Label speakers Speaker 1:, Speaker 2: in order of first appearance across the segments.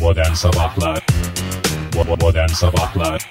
Speaker 1: Modern Sabahlar Bo- Modern Sabahlar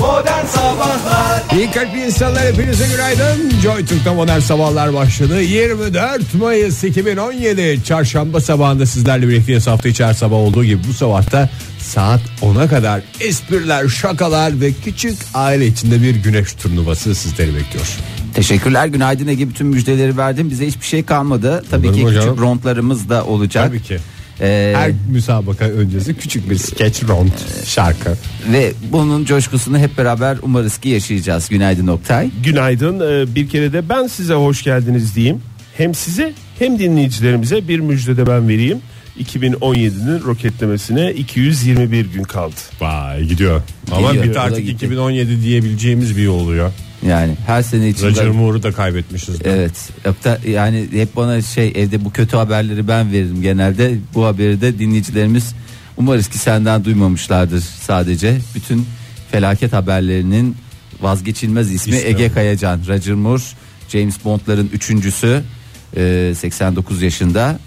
Speaker 2: Modern Sabahlar
Speaker 3: İyi kalpli insanlar hepinize günaydın. Joy Türk'te modern sabahlar başladı. 24 Mayıs 2017 çarşamba sabahında sizlerle birlikteyiz. Hafta içi her sabah olduğu gibi bu sabahta saat 10'a kadar espriler, şakalar ve küçük aile içinde bir güneş turnuvası sizleri bekliyor.
Speaker 4: Teşekkürler günaydın Ege bütün müjdeleri verdin bize hiçbir şey kalmadı tabii
Speaker 3: Olur
Speaker 4: ki
Speaker 3: mu
Speaker 4: küçük
Speaker 3: canım?
Speaker 4: rondlarımız da olacak
Speaker 3: Tabii ki.
Speaker 4: Ee,
Speaker 3: Her müsabaka öncesi küçük bir skeç rond şarkı.
Speaker 4: ve bunun coşkusunu hep beraber umarız ki yaşayacağız günaydın Oktay
Speaker 5: Günaydın. Ee, Bir kere de ben size hoş geldiniz diyeyim. Hem size hem dinleyicilerimize bir müjde de ben vereyim. 2017'nin roketlemesine 221 gün kaldı.
Speaker 3: Vay gidiyor. Ama
Speaker 4: Gidiyor,
Speaker 3: bir
Speaker 4: o
Speaker 3: de
Speaker 4: da
Speaker 3: artık
Speaker 4: gitti.
Speaker 3: 2017 diyebileceğimiz bir yıl oluyor.
Speaker 4: yani her sene için
Speaker 3: Roger Moore'u da kaybetmişiz.
Speaker 4: Evet Oktay, yani hep bana şey evde bu kötü haberleri ben veririm genelde bu haberi de dinleyicilerimiz umarız ki senden duymamışlardır sadece bütün felaket haberlerinin vazgeçilmez ismi
Speaker 3: İsmi.
Speaker 4: Ege Kayacan Roger Moore James Bond'ların üçüncüsü e, 89 yaşında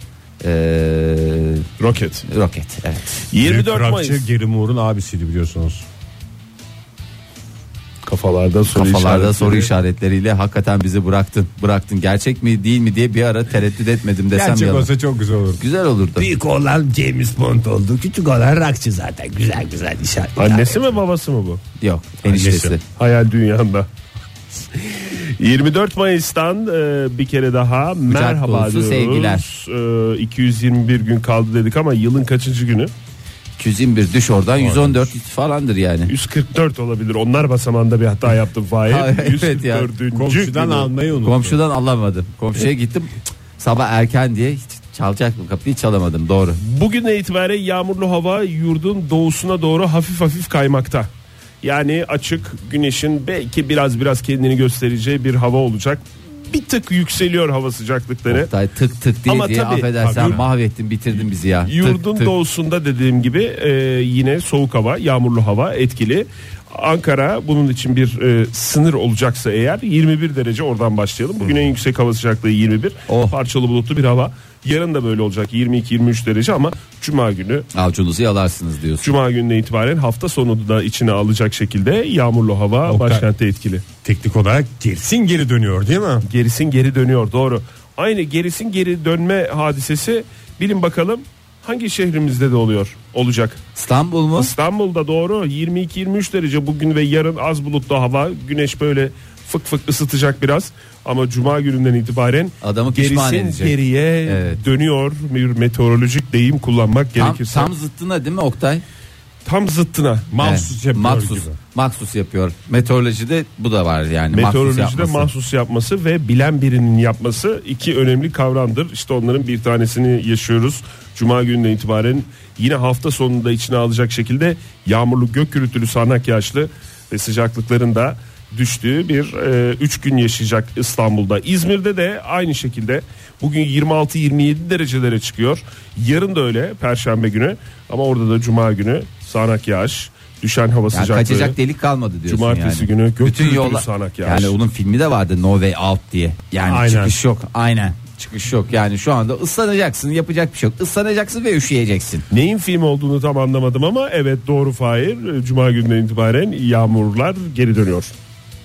Speaker 4: e,
Speaker 5: Roket.
Speaker 4: roket evet
Speaker 5: 24
Speaker 3: Büyük
Speaker 5: Mayıs.
Speaker 3: rapçi Gary Moore'un abisiydi biliyorsunuz.
Speaker 5: Kafalarda soru
Speaker 4: kafalarda
Speaker 5: işaretleri.
Speaker 4: soru işaretleriyle hakikaten bizi bıraktın bıraktın gerçek mi değil mi diye bir ara tereddüt etmedim desem
Speaker 3: Gerçek
Speaker 4: yalan.
Speaker 3: olsa çok güzel olur.
Speaker 4: Güzel olurdu.
Speaker 3: Büyük olan James Bond oldu. Küçük olan rakçı zaten. Güzel güzel işaret.
Speaker 5: Annesi mi babası mı bu?
Speaker 4: Yok eniştesi.
Speaker 3: Annesi.
Speaker 5: Hayal dünyamda. 24 Mayıs'tan e, bir kere daha merhaba
Speaker 4: dolusu
Speaker 5: diyoruz.
Speaker 4: sevgiler.
Speaker 5: E, 221 gün kaldı dedik ama yılın kaçıncı günü?
Speaker 4: 221 düş oradan 114 falandır yani.
Speaker 5: 144 olabilir. Onlar basamanda bir hata yaptım
Speaker 4: Ha,
Speaker 5: Fahir.
Speaker 4: evet ya.
Speaker 5: 144.
Speaker 3: Komşudan
Speaker 5: günü.
Speaker 3: almayı unuttum.
Speaker 4: Komşudan alamadım. Komşuya gittim. cık, Sabah erken diye hiç çalacaktım kapıyı çalamadım doğru.
Speaker 5: Bugünden itibaren yağmurlu hava yurdun doğusuna doğru hafif hafif kaymakta. Yani açık güneşin belki biraz biraz kendini göstereceği bir hava olacak. Bir tık yükseliyor hava sıcaklıkları.
Speaker 4: Oktay tık tık diye
Speaker 5: Ama
Speaker 4: diye
Speaker 5: tabii-
Speaker 4: affedersen
Speaker 5: Tabii.
Speaker 4: mahvettin bitirdin bizi ya. Tık
Speaker 5: Yurdun
Speaker 4: tık.
Speaker 5: doğusunda dediğim gibi e, yine soğuk hava, yağmurlu hava etkili. Ankara bunun için bir e, sınır olacaksa eğer 21 derece oradan başlayalım. Bugün en yüksek hava sıcaklığı 21.
Speaker 4: Oh.
Speaker 5: Parçalı bulutlu bir hava. Yarın da böyle olacak 22-23 derece ama cuma günü
Speaker 4: Avcunuzu yalarsınız diyorsun.
Speaker 5: Cuma gününe itibaren hafta sonu da içine alacak şekilde yağmurlu hava
Speaker 3: Oktay.
Speaker 5: başkentte etkili.
Speaker 3: Teknik olarak gerisin geri dönüyor değil mi?
Speaker 5: Gerisin geri dönüyor doğru. Aynı gerisin geri dönme hadisesi bilin bakalım hangi şehrimizde de oluyor olacak.
Speaker 4: İstanbul mu?
Speaker 5: İstanbul'da doğru 22-23 derece bugün ve yarın az bulutlu hava güneş böyle fık fık ısıtacak biraz ama cuma gününden itibaren
Speaker 4: Adamı pişman
Speaker 5: gerisin
Speaker 4: edecek.
Speaker 5: geriye
Speaker 4: Evet.
Speaker 5: dönüyor bir meteorolojik deyim kullanmak
Speaker 4: Tam,
Speaker 5: gerekirse tam,
Speaker 4: tam zıttına değil mi Oktay?
Speaker 5: zıttına
Speaker 3: Mahsus
Speaker 4: Evet,
Speaker 3: yapıyor
Speaker 4: Maksus,
Speaker 3: gibi.
Speaker 4: maksus yapıyor. Meteorolojide bu da var yani. maksus
Speaker 5: Meteorolojide
Speaker 4: yapması.
Speaker 5: mahsus yapması ve bilen birinin yapması iki önemli kavramdır. İşte onların bir tanesini yaşıyoruz. Cuma gününden itibaren yine hafta sonunda içine alacak şekilde yağmurlu gök gürültülü sağanak yağışlı ve sıcaklıkların da düştüğü bir 3 gün yaşayacak İstanbul'da. İzmir'de de aynı şekilde bugün 26-27 derecelere çıkıyor. Yarın da öyle perşembe günü ama orada da cuma günü sağanak yağış, düşen hava
Speaker 4: Yani
Speaker 5: sıcaklığı.
Speaker 4: kaçacak delik kalmadı diyorsun
Speaker 5: Cumartesi
Speaker 4: yani.
Speaker 5: günü gök
Speaker 4: Bütün
Speaker 5: gürültülü
Speaker 4: yola
Speaker 5: sağanak yağış.
Speaker 4: yani onun filmi de vardı No Way Out diye. Yani
Speaker 3: Aynen.
Speaker 4: çıkış yok. Aynen. Çıkış yok. Yani şu anda ıslanacaksın, yapacak bir şey yok. Islanacaksın ve üşüyeceksin.
Speaker 5: Neyin film olduğunu tam anlamadım ama evet doğru Fahir. Cuma günden itibaren yağmurlar geri dönüyor.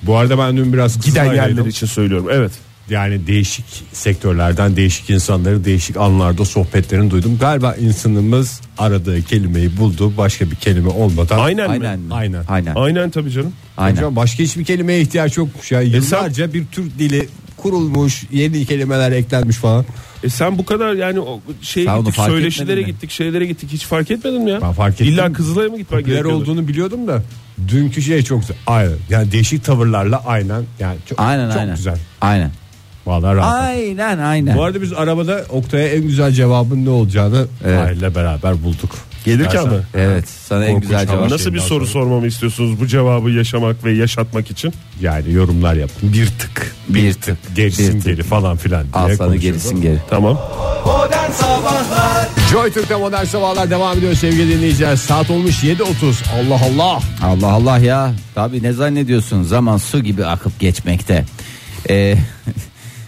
Speaker 3: Bu arada ben dün biraz
Speaker 5: Giden yerler
Speaker 3: Kızılay'daydım.
Speaker 5: için söylüyorum. Evet.
Speaker 3: Yani değişik sektörlerden değişik insanları değişik anlarda sohbetlerini duydum. Galiba insanımız aradığı kelimeyi buldu. Başka bir kelime olmadan.
Speaker 5: Aynen,
Speaker 4: Aynen.
Speaker 5: mi?
Speaker 4: mi?
Speaker 3: Aynen.
Speaker 4: Aynen.
Speaker 5: Aynen tabii canım.
Speaker 4: Aynen.
Speaker 3: Hocam başka hiçbir kelimeye ihtiyaç yokmuş ya. Yıllarca bir Türk dili kurulmuş, yeni kelimeler eklenmiş falan.
Speaker 5: E sen bu kadar yani o şey
Speaker 4: Sen onu
Speaker 5: gittik
Speaker 4: fark
Speaker 5: söyleşilere
Speaker 4: etmedin mi?
Speaker 5: gittik şeylere gittik hiç fark etmedin mi ya?
Speaker 3: Ben fark ettim.
Speaker 5: İlla Kızılay'a mı gitmen
Speaker 3: Popüler
Speaker 5: gerekiyordu?
Speaker 3: olduğunu biliyordum da dünkü şey çok güzel. Aynen. Yani değişik tavırlarla aynen. Yani çok,
Speaker 4: Aynen
Speaker 3: çok
Speaker 4: aynen.
Speaker 3: güzel.
Speaker 4: Aynen.
Speaker 3: Vallahi rahat.
Speaker 4: Aynen aynen.
Speaker 3: Bu arada biz arabada Oktay'a en güzel cevabın ne olacağını
Speaker 4: Evet.
Speaker 3: Fahir'le beraber bulduk.
Speaker 5: Gelirken
Speaker 3: Dersen-
Speaker 5: mi?
Speaker 4: evet, sana en
Speaker 3: Korkunç
Speaker 4: güzel
Speaker 3: hava.
Speaker 4: cevap.
Speaker 5: Nasıl bir
Speaker 3: Şeyden
Speaker 5: soru
Speaker 3: sonra.
Speaker 5: sormamı istiyorsunuz bu cevabı yaşamak ve yaşatmak için?
Speaker 3: Yani yorumlar yaptım. Bir tık.
Speaker 4: Bir tık.
Speaker 3: Gerisin
Speaker 4: bir tık.
Speaker 3: geri falan filan diye
Speaker 4: Al sana
Speaker 3: konuşuyorduk.
Speaker 4: gerisin geri.
Speaker 5: Tamam.
Speaker 2: Modern Sabahlar
Speaker 3: Joy Türk'te modern sabahlar devam ediyor sevgili dinleyiciler. Saat olmuş 7.30. Allah Allah.
Speaker 4: Allah Allah ya. Tabi ne zannediyorsun? Zaman su gibi akıp geçmekte. Ee,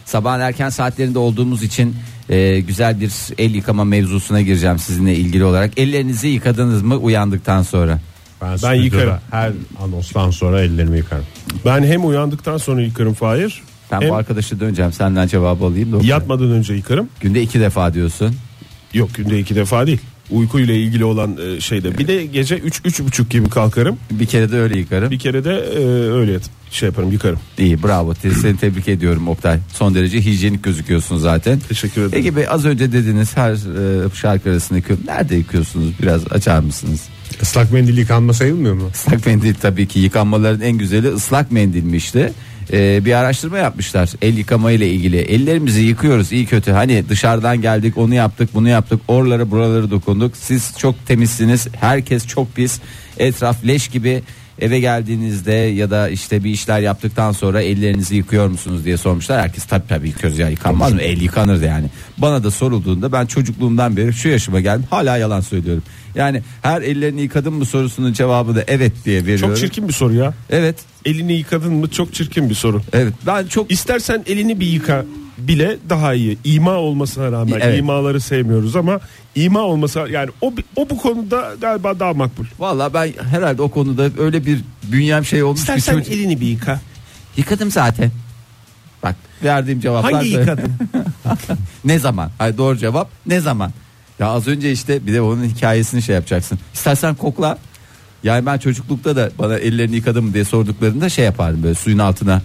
Speaker 4: sabahın erken saatlerinde olduğumuz için e, güzel bir el yıkama mevzusuna gireceğim sizinle ilgili olarak. Ellerinizi yıkadınız mı uyandıktan sonra?
Speaker 3: Ben, stüdyoda
Speaker 5: yıkarım.
Speaker 3: Her anonstan sonra ellerimi yıkarım.
Speaker 5: Ben hem uyandıktan sonra yıkarım Fahir.
Speaker 4: Ben
Speaker 5: hem
Speaker 4: bu arkadaşı döneceğim senden cevabı alayım da.
Speaker 5: yatmadan önce yıkarım.
Speaker 4: Günde iki defa diyorsun.
Speaker 5: Yok günde iki defa değil. Uykuyla ilgili olan e, şeyde. Bir de gece 3 üç, üç buçuk gibi kalkarım.
Speaker 4: Bir kere de öyle yıkarım.
Speaker 5: Bir kere de e, öyle yat- şey yaparım yıkarım.
Speaker 4: İyi bravo Te- seni tebrik ediyorum Oktay. Son derece hijyenik gözüküyorsun zaten.
Speaker 5: Teşekkür ederim.
Speaker 4: Ege Bey az önce dediniz her e, şarkı arasında yıkıyorum. Nerede yıkıyorsunuz biraz açar mısınız?
Speaker 3: Islak mendil yıkanma sayılmıyor mu?
Speaker 4: Islak mendil tabii ki yıkanmaların en güzeli ıslak mendilmişti. Ee, bir araştırma yapmışlar el yıkama ile ilgili. Ellerimizi yıkıyoruz iyi kötü. Hani dışarıdan geldik onu yaptık bunu yaptık. Oralara buraları dokunduk. Siz çok temizsiniz. Herkes çok pis. Etraf leş gibi. Eve geldiğinizde ya da işte bir işler yaptıktan sonra ellerinizi yıkıyor musunuz diye sormuşlar. Herkes tabii tabii yıkıyoruz ya yıkanmaz mı? El yıkanır da yani. Bana da sorulduğunda ben çocukluğumdan beri şu yaşıma geldim hala yalan söylüyorum. Yani her ellerini yıkadın mı sorusunun cevabı da evet diye veriyorum.
Speaker 5: Çok çirkin bir soru ya.
Speaker 4: Evet.
Speaker 5: Elini yıkadın mı çok çirkin bir soru.
Speaker 4: Evet. Ben çok
Speaker 5: İstersen elini bir yıka bile daha iyi. İma olmasına rağmen
Speaker 4: Evet.
Speaker 5: imaları sevmiyoruz ama ima olmasa yani o o bu konuda galiba daha makbul.
Speaker 4: Valla ben herhalde o konuda öyle bir bünyem şey olmuş
Speaker 5: İstersen
Speaker 4: bir çocuk.
Speaker 5: elini bir yıka.
Speaker 4: Yıkadım zaten. Bak verdiğim cevaplar
Speaker 5: Hangi
Speaker 4: da-
Speaker 5: yıkadın?
Speaker 4: ne zaman? Hayır doğru cevap ne zaman? Ya az önce işte bir de onun hikayesini şey yapacaksın. İstersen kokla. Yani ben çocuklukta da bana ellerini yıkadım mı diye sorduklarında şey yapardım böyle suyun altına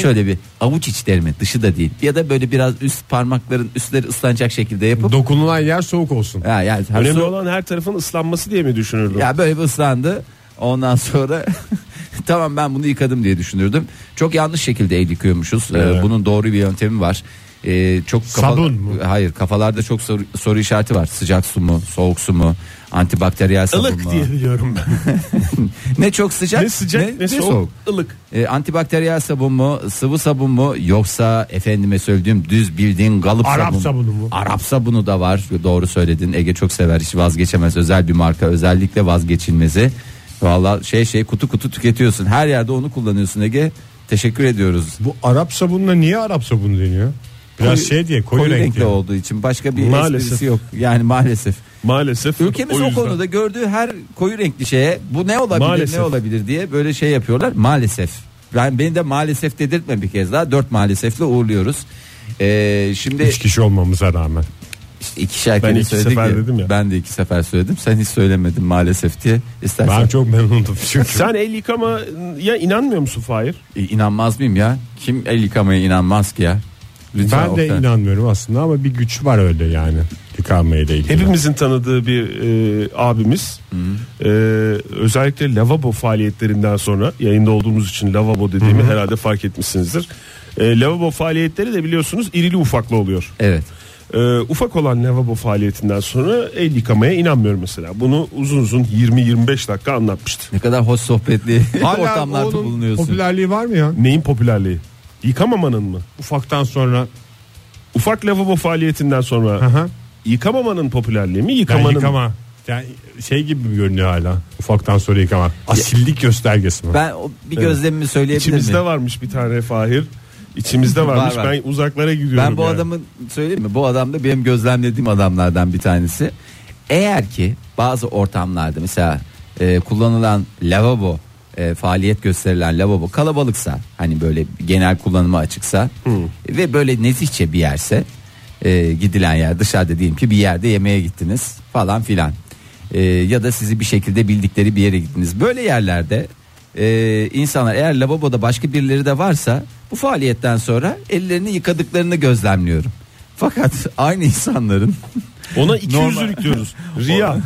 Speaker 4: şöyle bir avuç içlerimi dışı da değil ya da böyle biraz üst parmakların üstleri ıslanacak şekilde yapıp
Speaker 3: Dokunulan yer soğuk olsun.
Speaker 4: ya yani her
Speaker 5: Önemli
Speaker 4: su-
Speaker 5: olan her tarafın ıslanması diye mi düşünürdün?
Speaker 4: Ya böyle bir ıslandı. Ondan sonra tamam ben bunu yıkadım diye düşünürdüm. Çok yanlış şekilde el yıkıyormuşuz. Ee, bunun doğru bir yöntemi var. Ee, çok
Speaker 3: Sabun mu?
Speaker 4: Hayır, kafalarda çok soru, soru işareti var. Sıcak su mu, soğuk su mu, antibakteriyel sabun
Speaker 5: Ilık
Speaker 4: mu?
Speaker 5: diye biliyorum ben.
Speaker 4: ne çok sıcak,
Speaker 5: ne sıcak ne, soğuk. Ilık.
Speaker 4: Ee, antibakteriyel sabun mu, sıvı sabun mu yoksa efendime söylediğim düz bildiğin kalıp
Speaker 3: Arap
Speaker 4: sabun.
Speaker 3: sabunu mu?
Speaker 4: Arap sabunu da var. Doğru söyledin. Ege çok sever. Hiç vazgeçemez. Özel bir marka. Özellikle vazgeçilmezi. Valla şey şey kutu kutu tüketiyorsun. Her yerde onu kullanıyorsun Ege. Teşekkür ediyoruz.
Speaker 3: Bu Arap sabununa niye Arap sabunu deniyor? Biraz
Speaker 4: Koyu-
Speaker 3: şey diye koyu,
Speaker 4: renkli
Speaker 3: renkli.
Speaker 4: olduğu için başka bir
Speaker 5: Maalesef.
Speaker 4: esprisi yok. Yani maalesef.
Speaker 5: Maalesef.
Speaker 4: Ülkemiz o,
Speaker 5: yüzden.
Speaker 4: konuda gördüğü her koyu renkli şeye bu ne olabilir
Speaker 5: Maalesef.
Speaker 4: ne olabilir diye böyle şey yapıyorlar maalesef. Ben beni de maalesef dedirtme bir kez daha dört maalesefle uğurluyoruz. Ee, şimdi
Speaker 3: Üç kişi olmamıza rağmen.
Speaker 4: işte iki şarkı
Speaker 5: Ben iki
Speaker 4: söyledik
Speaker 5: sefer
Speaker 4: ya,
Speaker 5: dedim ya.
Speaker 4: Ben de iki sefer söyledim. Sen hiç söylemedin maalesef diye. İstersen
Speaker 3: Ben çok memnundum çünkü.
Speaker 5: Sen el yıkamaya inanmıyor musun Fahir?
Speaker 4: E, inanmaz mıyım ya? Kim el yıkamaya inanmaz ki ya? Lütfen
Speaker 3: ben de
Speaker 4: Oktay.
Speaker 3: inanmıyorum aslında ama bir güç var öyle yani. Yıkanmayla ilgili.
Speaker 5: Hepimizin tanıdığı bir e, abimiz. E, özellikle lavabo faaliyetlerinden sonra yayında olduğumuz için lavabo dediğimi herhalde fark etmişsinizdir. E, lavabo faaliyetleri de biliyorsunuz irili ufaklı oluyor.
Speaker 4: Evet.
Speaker 5: E, ufak olan lavabo faaliyetinden sonra el yıkamaya inanmıyorum mesela. Bunu uzun uzun 20-25 dakika anlatmıştı.
Speaker 4: Ne kadar hoş sohbetli
Speaker 3: Hala
Speaker 4: ortamlarda
Speaker 3: onun
Speaker 4: bulunuyorsun.
Speaker 3: popülerliği var mı ya?
Speaker 5: Neyin popülerliği? Yıkamamanın mı?
Speaker 3: Ufaktan sonra
Speaker 5: Ufak lavabo faaliyetinden sonra
Speaker 3: aha,
Speaker 5: yıkamamanın popülerliği mi?
Speaker 3: yani
Speaker 5: Yıkamanın
Speaker 3: yıkama. Yani şey gibi mi görünüyor hala. Ufaktan sonra yıkama. Asillik göstergesi mi?
Speaker 4: Ben o- bir gözlemimi söyleyebilir miyim?
Speaker 5: İçimizde varmış bir tane Fahir. İçimizde
Speaker 4: Var,
Speaker 5: varmış.
Speaker 4: var.
Speaker 5: Ben uzaklara gidiyorum.
Speaker 4: Ben bu
Speaker 5: yani.
Speaker 4: adamın söyleyeyim mi? Bu adam da benim gözlemlediğim adamlardan bir tanesi. Eğer ki bazı ortamlarda mesela e, kullanılan lavabo e, faaliyet gösterilen lavabo kalabalıksa hani böyle genel kullanıma açıksa ve böyle nezihçe bir yerse e, gidilen yer dışarıda diyelim ki bir yerde yemeğe gittiniz falan filan E, ya da sizi bir şekilde bildikleri bir yere gittiniz böyle yerlerde ee, insanlar eğer lavaboda başka birileri de varsa bu faaliyetten sonra ellerini yıkadıklarını gözlemliyorum. Fakat aynı insanların
Speaker 5: Ona iki
Speaker 4: Normal.
Speaker 5: yüzlülük diyoruz. Riya.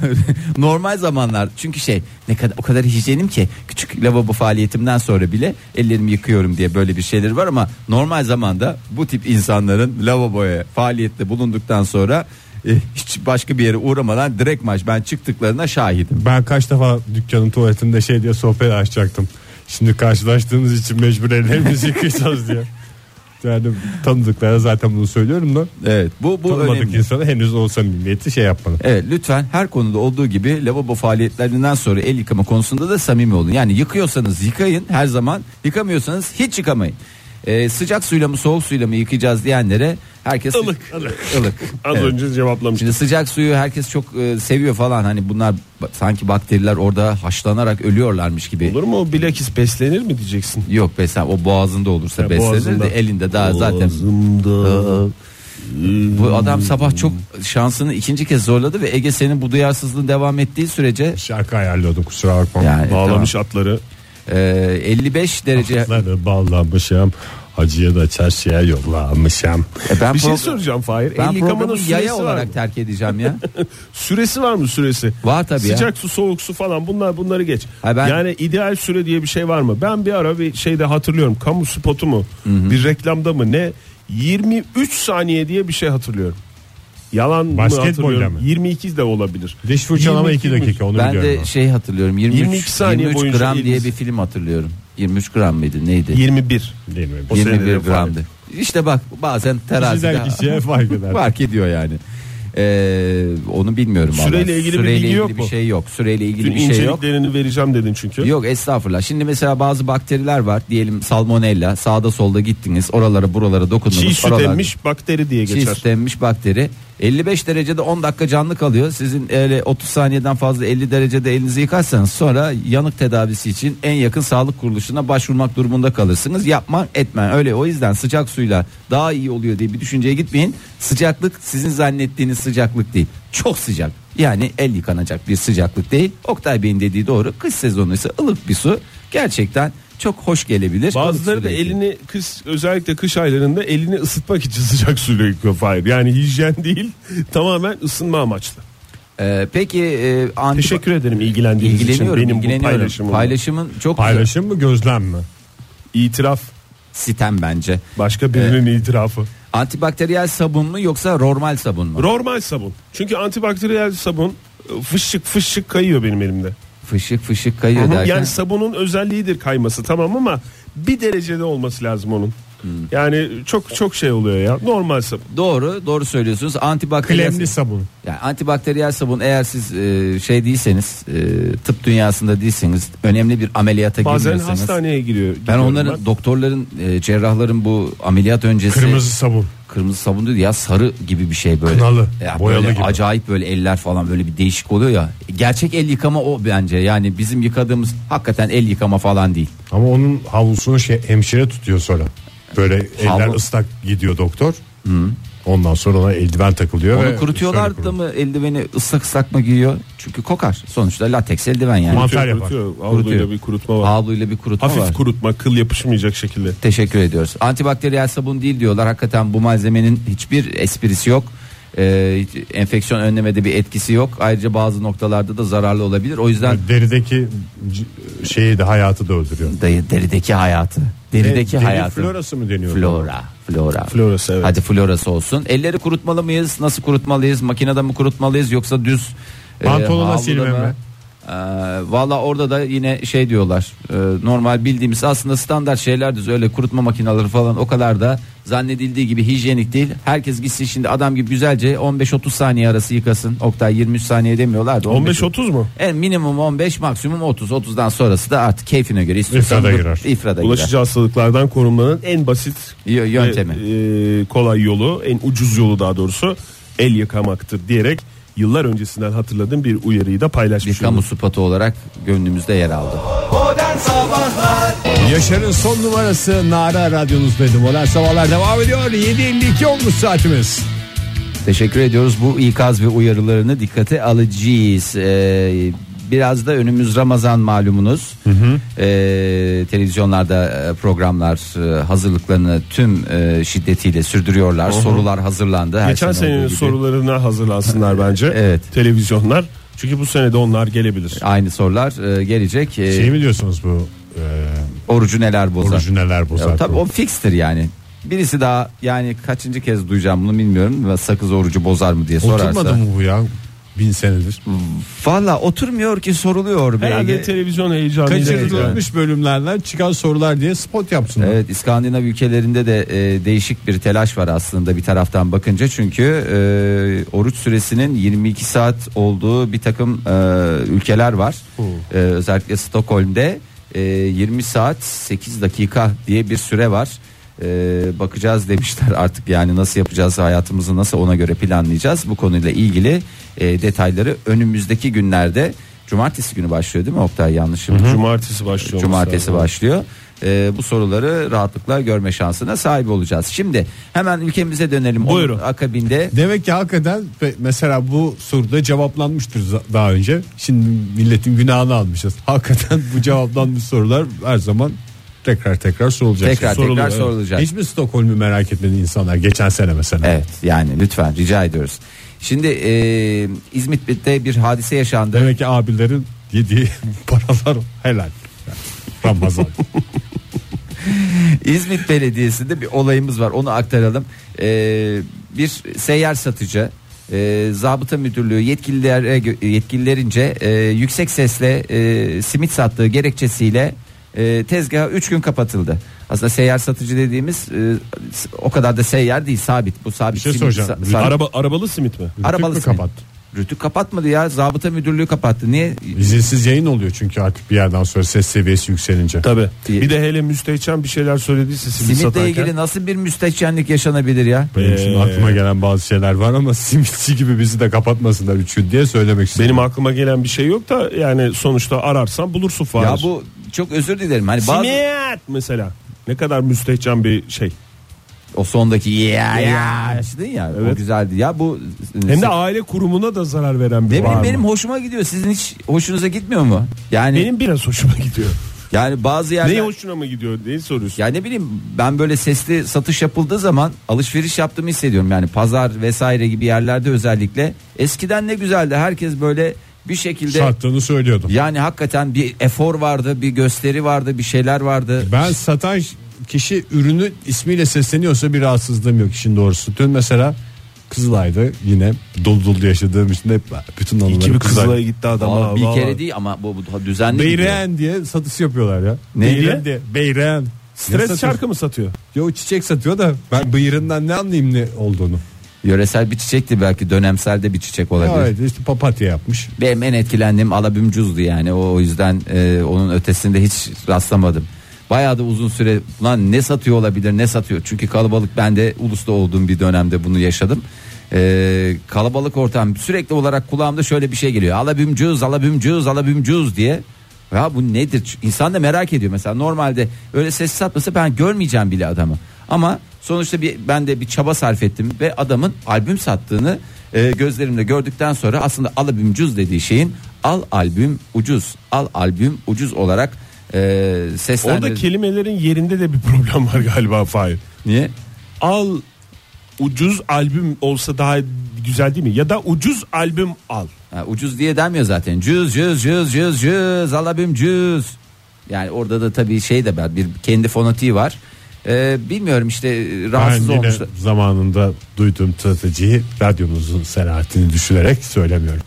Speaker 4: normal zamanlar çünkü şey ne kadar o kadar hijyenim ki küçük lavabo faaliyetimden sonra bile ellerimi yıkıyorum diye böyle bir şeyler var ama normal zamanda bu tip insanların lavaboya faaliyette bulunduktan sonra e, hiç başka bir yere uğramadan direkt maç ben çıktıklarına şahidim.
Speaker 3: Ben kaç defa dükkanın tuvaletinde şey diye sohbet açacaktım. Şimdi karşılaştığımız için mecbur ellerimizi yıkayacağız diye. Yani tanıdıklara zaten bunu söylüyorum da.
Speaker 4: Evet bu bu
Speaker 3: Tanımadık
Speaker 4: önemli.
Speaker 3: insana henüz o samimiyeti şey yapmadım.
Speaker 4: Evet lütfen her konuda olduğu gibi lavabo faaliyetlerinden sonra el yıkama konusunda da samimi olun. Yani yıkıyorsanız yıkayın her zaman yıkamıyorsanız hiç yıkamayın. Ee, E, sıcak suyla mı soğuk suyla mı yıkayacağız diyenlere herkes
Speaker 5: Ilık.
Speaker 4: Ilık.
Speaker 5: Az
Speaker 4: Evet.
Speaker 5: önce cevaplamıştım.
Speaker 4: Şimdi sıcak suyu herkes çok e, seviyor falan hani bunlar ba- sanki bakteriler orada haşlanarak ölüyorlarmış gibi.
Speaker 5: Olur mu? O Bilakis beslenir mi diyeceksin?
Speaker 4: Yok mesela o boğazında olursa
Speaker 5: Ya,
Speaker 4: beslenir
Speaker 5: boğazında.
Speaker 4: de elinde daha zaten.
Speaker 5: Boğazımda.
Speaker 4: Bu adam sabah çok şansını ikinci kez zorladı ve Ege senin bu duyarsızlığın devam ettiği sürece
Speaker 3: Şarkı ayarladım kusura bakma.
Speaker 4: yani
Speaker 5: Bağlamış atları.
Speaker 4: tamam. E, 55 derece
Speaker 3: Atları bağlamışım. Hacıya da çarşıya yollamışım.
Speaker 4: E, ben
Speaker 5: Bir şey
Speaker 4: pro-
Speaker 5: soracağım Fahir.
Speaker 4: ben
Speaker 5: El yıkamanın
Speaker 4: programı
Speaker 5: süresi
Speaker 4: yaya
Speaker 5: var
Speaker 4: olarak
Speaker 5: mı?
Speaker 4: terk edeceğim ya.
Speaker 5: Süresi var mı süresi?
Speaker 4: Var tabii ya.
Speaker 5: Sıcak su, soğuk su falan bunlar bunları geç.
Speaker 4: Ha, ben-
Speaker 5: Yani ideal süre diye bir şey var mı? Ben bir ara bir şeyde hatırlıyorum. Kamu spotu mu? Bir reklamda mı ne? 23 saniye diye bir şey hatırlıyorum. Yalan
Speaker 3: Basketbolla
Speaker 5: mı hatırlıyorum?
Speaker 3: mı?
Speaker 5: 22 de olabilir.
Speaker 3: Diş fırçalama
Speaker 5: 22
Speaker 3: 2 dakika onu
Speaker 4: ben
Speaker 3: biliyorum.
Speaker 4: de
Speaker 3: ben.
Speaker 4: şey hatırlıyorum 23,
Speaker 5: 22 saniye
Speaker 4: 23
Speaker 5: boyunca
Speaker 4: gram diye
Speaker 5: eliniz-
Speaker 4: bir film hatırlıyorum. 23 gram mıydı neydi?
Speaker 5: 21.
Speaker 3: Değil mi?
Speaker 5: O senede
Speaker 4: 21
Speaker 5: fark.
Speaker 4: gramdı. İşte bak bazen terazide
Speaker 3: Kişiden kişiye fark eder.
Speaker 4: fark ediyor yani. Ee, onu bilmiyorum vallahi.
Speaker 5: Süreyle ilgili bir bilgi
Speaker 4: ilgili
Speaker 5: yok
Speaker 4: bir
Speaker 5: mu?
Speaker 4: şey yok. Süreyle ilgili
Speaker 5: Bütün
Speaker 4: bir şey yok.
Speaker 5: inceliklerini vereceğim dedin çünkü.
Speaker 4: Yok estağfurullah. Şimdi mesela bazı bakteriler var. Diyelim salmonella. Sağda solda gittiniz. Oralara buralara dokundunuz.
Speaker 5: Çiğ süt
Speaker 4: Oralarda-
Speaker 5: emmiş bakteri diye
Speaker 4: Çiğ
Speaker 5: geçer.
Speaker 4: süt emmiş bakteri. 55 derecede 10 dakika canlı kalıyor. Sizin öyle 30 saniyeden fazla 50 derecede elinizi yıkarsanız sonra yanık tedavisi için en yakın sağlık kuruluşuna başvurmak durumunda kalırsınız. Yapma etmen öyle o yüzden sıcak suyla daha iyi oluyor diye bir düşünceye gitmeyin. Sıcaklık sizin zannettiğiniz sıcaklık değil. Çok sıcak yani el yıkanacak bir sıcaklık değil. Oktay Bey'in dediği doğru kış sezonu ise ılık bir su gerçekten çok hoş gelebilir.
Speaker 5: Bazıları da
Speaker 4: Ilık suyla
Speaker 5: elini kış özellikle kış aylarında elini ısıtmak için sıcak suyla yıkıyor Fahir. Yani hijyen değil tamamen ısınma amaçlı.
Speaker 4: Ee, peki e, anti-
Speaker 5: Teşekkür ederim ilgilendiğiniz için
Speaker 4: İlgileniyorum,
Speaker 5: benim bu
Speaker 4: ilgileniyorum.
Speaker 5: paylaşımım.
Speaker 4: Paylaşımın çok güzel.
Speaker 3: Paylaşım mı gözlem mi?
Speaker 5: İtiraf
Speaker 4: sitem bence.
Speaker 5: başka birinin itirafı.
Speaker 4: Antibakteriyel sabun mu yoksa normal sabun mu?
Speaker 5: Normal sabun. Çünkü antibakteriyel sabun e, fışık fışık kayıyor benim elimde.
Speaker 4: fışık fışık kayıyor
Speaker 5: Hı hı.
Speaker 4: derken.
Speaker 5: Yani sabunun özelliğidir kayması tamam ama bir derecede olması lazım onun.
Speaker 6: Hmm.
Speaker 5: Yani çok çok şey oluyor ya. Normal sabun.
Speaker 4: Doğru, doğru söylüyorsunuz. Antibakteriyel
Speaker 3: Klemli sabun.
Speaker 4: yani antibakteriyel sabun eğer siz e, şey değilseniz, e, tıp dünyasında değilseniz, önemli bir ameliyata
Speaker 5: Bazen
Speaker 4: girmiyorsanız.
Speaker 5: hastaneye giriyor.
Speaker 4: ben
Speaker 5: gidiyorum
Speaker 4: onların doktorların, e, cerrahların bu ameliyat öncesi
Speaker 5: Şey-
Speaker 3: Kırmızı sabun.
Speaker 4: kırmızı sabun değil ya sarı gibi bir şey böyle.
Speaker 3: Kınalı,
Speaker 4: Ya
Speaker 3: boyalı
Speaker 4: böyle
Speaker 3: gibi.
Speaker 4: Acayip böyle eller falan böyle bir değişik oluyor ya. Gerçek el yıkama o bence. Yani bizim yıkadığımız hakikaten el yıkama falan değil.
Speaker 3: Ama onun havlusunu şey, hemşire tutuyor sonra. Böyle eller
Speaker 4: Havlu-
Speaker 3: ıslak gidiyor doktor. Ondan sonra ona eldiven takılıyor. ve
Speaker 4: Onu kurutuyorlar
Speaker 3: şöyle
Speaker 4: da
Speaker 3: kuruluyor.
Speaker 4: mı eldiveni ıslak ıslak mı giyiyor? Çünkü kokar. Sonuçta lateks eldiven yani.
Speaker 3: Mantar
Speaker 5: Kurutuyor,
Speaker 3: yapar.
Speaker 5: kurutuyor.
Speaker 4: Kurutuyor.
Speaker 5: Havluyla bir kurutma var.
Speaker 4: Havluyla bir kurutma
Speaker 5: Hafif
Speaker 4: var.
Speaker 5: kurutma kıl yapışmayacak şekilde.
Speaker 4: Teşekkür ediyoruz. Antibakteriyel sabun değil diyorlar. Hakikaten bu malzemenin hiçbir esprisi yok. Ee, hiç enfeksiyon önlemede bir etkisi yok. Ayrıca bazı noktalarda da zararlı olabilir. O yüzden
Speaker 3: Derideki c- şeyi de hayatı da öldürüyor.
Speaker 4: dayı derideki hayatı. Derideki
Speaker 3: E, deri
Speaker 4: hayatı.
Speaker 3: florası mı deniyor?
Speaker 4: Flora. Flora.
Speaker 5: Florası, evet.
Speaker 4: Hadi florası olsun. Elleri kurutmalı mıyız? Nasıl kurutmalıyız? Makinede mi kurutmalıyız yoksa düz? e,
Speaker 3: Pantolona
Speaker 4: havluda
Speaker 3: silme
Speaker 4: mı?
Speaker 3: mi?
Speaker 4: E, Valla orada da yine şey diyorlar e, normal bildiğimiz aslında standart şeyler düz öyle kurutma makineleri falan o kadar da zannedildiği gibi hijyenik değil herkes gitsin şimdi adam gibi güzelce 15-30 saniye arası yıkasın Oktay 23 saniye demiyorlar da 15
Speaker 5: 15-30 mu?
Speaker 4: en E, minimum 15 maksimum 30 30'dan sonrası da artık keyfine göre istiyorsan
Speaker 3: İfrada
Speaker 4: dur-
Speaker 3: girer.
Speaker 4: ifrada girer.
Speaker 5: Bulaşıcı hastalıklardan korunmanın en basit
Speaker 4: Y- yöntemi.
Speaker 5: ve, e, kolay yolu, en ucuz yolu daha doğrusu el yıkamaktır diyerek yıllar öncesinden hatırladığım bir uyarıyı da
Speaker 4: bir
Speaker 5: paylaşmış
Speaker 4: kamu
Speaker 5: oldum.
Speaker 4: spotu olarak gönlümüzde yer aldı.
Speaker 2: Modern Sabahlar
Speaker 3: Yaşar'ın son numarası Nara Radyonuzdaydı. Modern Sabahlar devam ediyor. 7.52 olmuş saatimiz.
Speaker 4: Teşekkür ediyoruz. Bu ikaz ve uyarılarını dikkate alacağız. Ee, biraz da önümüz Ramazan malumunuz. Ee, televizyonlarda e, programlar e, hazırlıklarını tüm e, şiddetiyle sürdürüyorlar. Sorular hazırlandı. Her sene
Speaker 5: Geçen
Speaker 4: olduğu
Speaker 5: senenin
Speaker 4: gibi.
Speaker 5: sorularına hazırlansınlar bence.
Speaker 4: Evet.
Speaker 5: Televizyonlar. Çünkü bu sene de onlar gelebilir.
Speaker 4: Aynı sorular e, gelecek. E,
Speaker 3: Şey mi diyorsunuz bu e,
Speaker 4: orucu neler bozar?
Speaker 3: orucu neler
Speaker 4: Ya,
Speaker 3: bozar?
Speaker 4: tabii o fikstir yani. Birisi daha yani kaçıncı kez duyacağım bunu bilmiyorum. Sakız orucu bozar mı diye sorarsa.
Speaker 3: Oturmadı mı bu ya? Bin senedir.
Speaker 4: Valla oturmuyor ki soruluyor. be.
Speaker 5: Herhalde
Speaker 4: Ege.
Speaker 5: televizyon heyecanıyla. ilgili.
Speaker 3: Kaçırılmış bölümlerden çıkan sorular diye spot yapsınlar.
Speaker 4: Evet İskandinav ülkelerinde de e, değişik bir telaş var aslında bir taraftan bakınca çünkü e, oruç süresinin 22 saat olduğu bir takım e, ülkeler var. E, özellikle Stockholm'de e, 20 saat 8 dakika diye bir süre var. e, bakacağız demişler artık yani nasıl yapacağız hayatımızı nasıl ona göre planlayacağız bu konuyla ilgili e, detayları önümüzdeki günlerde cumartesi günü başlıyor değil mi Oktay yanlışım
Speaker 5: Cumartesi başlıyor.
Speaker 4: Cumartesi başlıyor. Ee, bu soruları rahatlıkla görme şansına sahip olacağız. Şimdi hemen ülkemize dönelim. Onun
Speaker 5: Buyurun.
Speaker 4: akabinde
Speaker 6: Demek ki hakikaten pe- mesela bu soruda cevaplanmıştır za- daha önce. Şimdi milletin günahını almışız. Hakikaten bu cevaplanmış sorular her zaman tekrar tekrar sorulacak.
Speaker 4: Tekrar tekrar
Speaker 6: Soruluyor, evet.
Speaker 4: sorulacak.
Speaker 6: Hiç mi Stockholm'u merak etmedi insanlar geçen sene mesela?
Speaker 4: evet yani lütfen rica ediyoruz. Şimdi e, İzmit'te bir hadise yaşandı.
Speaker 6: Demek ki abilerin yediği paralar helal. Ramazan.
Speaker 4: İzmit Belediyesi'nde bir olayımız var onu aktaralım. Ee, bir seyyar satıcı e, zabıta müdürlüğü yetkililere gö- yetkililerince e, yüksek sesle e, simit sattığı gerekçesiyle e, tezgaha 3 gün kapatıldı. Aslında seyyar satıcı dediğimiz e, s- o kadar da seyyar değil sabit. Bu sabit
Speaker 6: Bir şey
Speaker 4: simit
Speaker 6: soracağım.
Speaker 4: sa-
Speaker 6: Bir
Speaker 4: sabit-
Speaker 5: Araba, arabalı simit mi?
Speaker 4: arabalı
Speaker 6: mü
Speaker 4: simit.
Speaker 6: kapattı?
Speaker 4: Rütük kapatmadı ya zabıta müdürlüğü kapattı. Niye?
Speaker 6: İzinsiz yayın oluyor çünkü artık bir yerden sonra ses seviyesi yükselince.
Speaker 5: Tabi.
Speaker 4: İyi.
Speaker 5: Bir de hele müstehcen bir şeyler söylediyse simit
Speaker 4: Simitle
Speaker 5: satarken.
Speaker 4: ilgili nasıl bir müstehcenlik yaşanabilir ya?
Speaker 6: Benim şimdi
Speaker 5: Ee,
Speaker 6: aklıma gelen bazı şeyler var ama simitçi gibi bizi de kapatmasınlar üç gün diye söylemek istiyorum.
Speaker 5: Benim aklıma gelen bir şey yok da yani sonuçta ararsan bulursun Fahir.
Speaker 4: Ya bu çok özür dilerim. Hani bazı
Speaker 5: simit mesela. Ne kadar müstehcen bir şey.
Speaker 4: O sondaki ya ya açtın ya o
Speaker 5: Evet.
Speaker 4: güzeldi. Ya bu
Speaker 5: Hem de aile kurumuna da zarar veren bir
Speaker 4: ne bileyim
Speaker 5: var
Speaker 4: benim
Speaker 5: mı?
Speaker 4: hoşuma gidiyor. Sizin hiç hoşunuza gitmiyor mu? Yani
Speaker 5: Benim biraz hoşuma gidiyor.
Speaker 4: yani bazı
Speaker 5: Ne
Speaker 4: yerler
Speaker 5: hoşuna mı gidiyor? Neyi soruyorsun?
Speaker 4: ya ne bileyim ben böyle sesli satış yapıldığı zaman alışveriş yaptığımı hissediyorum. Yani pazar vesaire gibi yerlerde özellikle eskiden ne güzeldi. Herkes böyle bir şekilde
Speaker 6: Sattığını söylüyordum.
Speaker 4: yani hakikaten bir efor vardı, bir gösteri vardı, bir şeyler vardı.
Speaker 6: Ben satan kişi ürünü ismiyle sesleniyorsa bir rahatsızlığım yok işin doğrusu. Dün mesela Kızılay'da yine dolu dolu yaşadığım için hep bütün anıları
Speaker 5: İki bir
Speaker 6: Kızılay.
Speaker 5: kızla gitti adam.
Speaker 4: Vallahi
Speaker 5: ha,
Speaker 4: bir
Speaker 5: vallahi.
Speaker 4: kere değil ama bu, bu düzenli gidiyor.
Speaker 6: Beyren diye satış yapıyorlar ya.
Speaker 4: Ne
Speaker 6: Beyren diye. Beyren. Ne
Speaker 5: Stres
Speaker 6: satıyor?
Speaker 5: şarkı mı satıyor?
Speaker 6: Yo çiçek satıyor da ben bıyırından ne anlayayım ne olduğunu.
Speaker 4: Yöresel bir çiçekti belki dönemsel de bir çiçek olabilir.
Speaker 6: Evet işte papatya yapmış.
Speaker 4: Benim en etkilendiğim alabümcuzdu yani o, o yüzden e, onun ötesinde hiç rastlamadım. Bayağı da uzun süre lan ne satıyor olabilir ne satıyor çünkü kalabalık ben de ulusta olduğum bir dönemde bunu yaşadım. E, kalabalık ortam sürekli olarak kulağımda şöyle bir şey geliyor alabümcüz alabümcüz alabümcüz diye. Ya bu nedir insan da merak ediyor mesela normalde öyle ses satmasa ben görmeyeceğim bile adamı. Ama sonuçta bir ben de bir çaba sarf ettim ve adamın albüm sattığını e, gözlerimle gördükten sonra aslında al albüm cüz dediği şeyin al albüm ucuz al albüm ucuz olarak e, seslendir-
Speaker 5: Orada kelimelerin yerinde de bir problem var galiba Fahir.
Speaker 4: Niye?
Speaker 5: Al ucuz albüm olsa daha güzel değil mi? Ya da ucuz albüm al.
Speaker 4: Ha, ucuz diye demiyor zaten cüz cüz cüz cüz cüz al albüm cüz yani orada da tabii şey de var bir kendi fonotiği var E, bilmiyorum işte e,
Speaker 6: Ben
Speaker 4: rahatsız
Speaker 6: yine
Speaker 4: olmuşlar.
Speaker 6: zamanında duyduğum stratejiyi radyomuzun senaatini düşünerek söylemiyorum.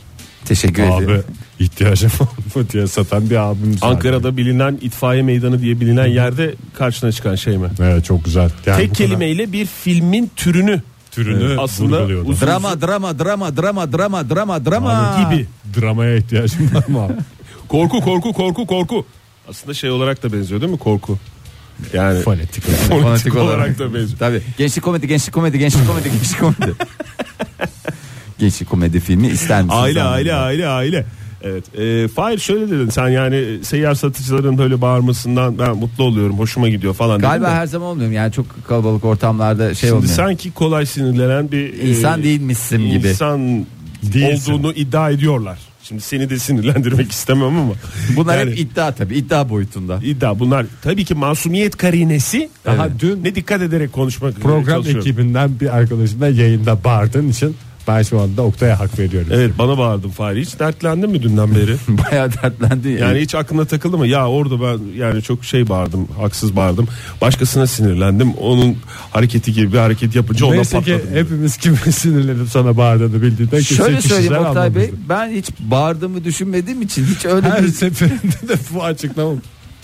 Speaker 4: Teşekkür
Speaker 6: Abi
Speaker 4: ederim.
Speaker 6: ihtiyacım var mı diye satan bir abimiz var.
Speaker 5: Ankara'da bilinen itfaiye meydanı diye bilinen yerde karşına çıkan şey mi?
Speaker 6: Evet çok güzel. Yani bu
Speaker 5: Tek
Speaker 6: kadar
Speaker 5: kelimeyle bir filmin türünü
Speaker 6: türünü
Speaker 5: Evet, aslında
Speaker 6: aslında
Speaker 5: uzun-
Speaker 4: Drama drama drama drama drama drama drama
Speaker 6: gibi dramaya ihtiyacım var mı? abi?
Speaker 5: korku korku korku korku. Aslında şey olarak da benziyor değil mi korku? Yani
Speaker 6: Fonetik.
Speaker 5: fonetik olarak da benziyor.
Speaker 4: Tabii. Gençlik komedi, gençlik komedi, gençlik komedi, gençlik komedi. gençlik komedi filmi ister misiniz?
Speaker 5: Aile
Speaker 4: Anlamında.
Speaker 5: aile aile aile. Evet. E, Fahir şöyle dedin sen yani e, seyyar satıcıların böyle bağırmasından ben mutlu oluyorum hoşuma gidiyor falan dedin
Speaker 4: Galiba
Speaker 5: de.
Speaker 4: her zaman olmuyor. Yani çok kalabalık ortamlarda şey
Speaker 5: Şimdi
Speaker 4: olmuyor.
Speaker 5: sanki kolay sinirlenen bir e,
Speaker 4: İnsan değilmişsin gibi.
Speaker 5: İnsan
Speaker 6: Değilsin.
Speaker 5: olduğunu iddia ediyorlar. Şimdi seni de sinirlendirmek istemem ama.
Speaker 4: Bunlar
Speaker 5: yani
Speaker 4: hep iddia tabii. iddia boyutunda.
Speaker 5: iddia bunlar tabii ki masumiyet karinesi.
Speaker 6: Daha dün
Speaker 5: Ne dikkat ederek konuşmak
Speaker 6: program
Speaker 5: çalışıyorum.
Speaker 6: ekibinden bir arkadaşımla yayında bağırdığın için ben şu anda Oktay'a hak veriyorum.
Speaker 5: Evet bana bağırdın Fahri hiç dertlendin mi dünden beri?
Speaker 4: Bayağı dertlendin. ya.
Speaker 5: Yani hiç aklına takıldı mı? Ya orada ben yani çok şey bağırdım, haksız bağırdım. Başkasına sinirlendim. Onun hareketi gibi bir hareket yapınca ona
Speaker 6: Neyse ki
Speaker 5: patladım.
Speaker 6: hepimiz kime sinirlenip sana bağırdığını bildiğinde kimse
Speaker 4: Şöyle
Speaker 6: kişisel
Speaker 4: söyleyeyim Oktay
Speaker 6: anlamda-
Speaker 4: Bey. Ben hiç bağırdığımı düşünmediğim için hiç öyle
Speaker 6: Her
Speaker 4: bir...
Speaker 6: seferinde de bu açıklama.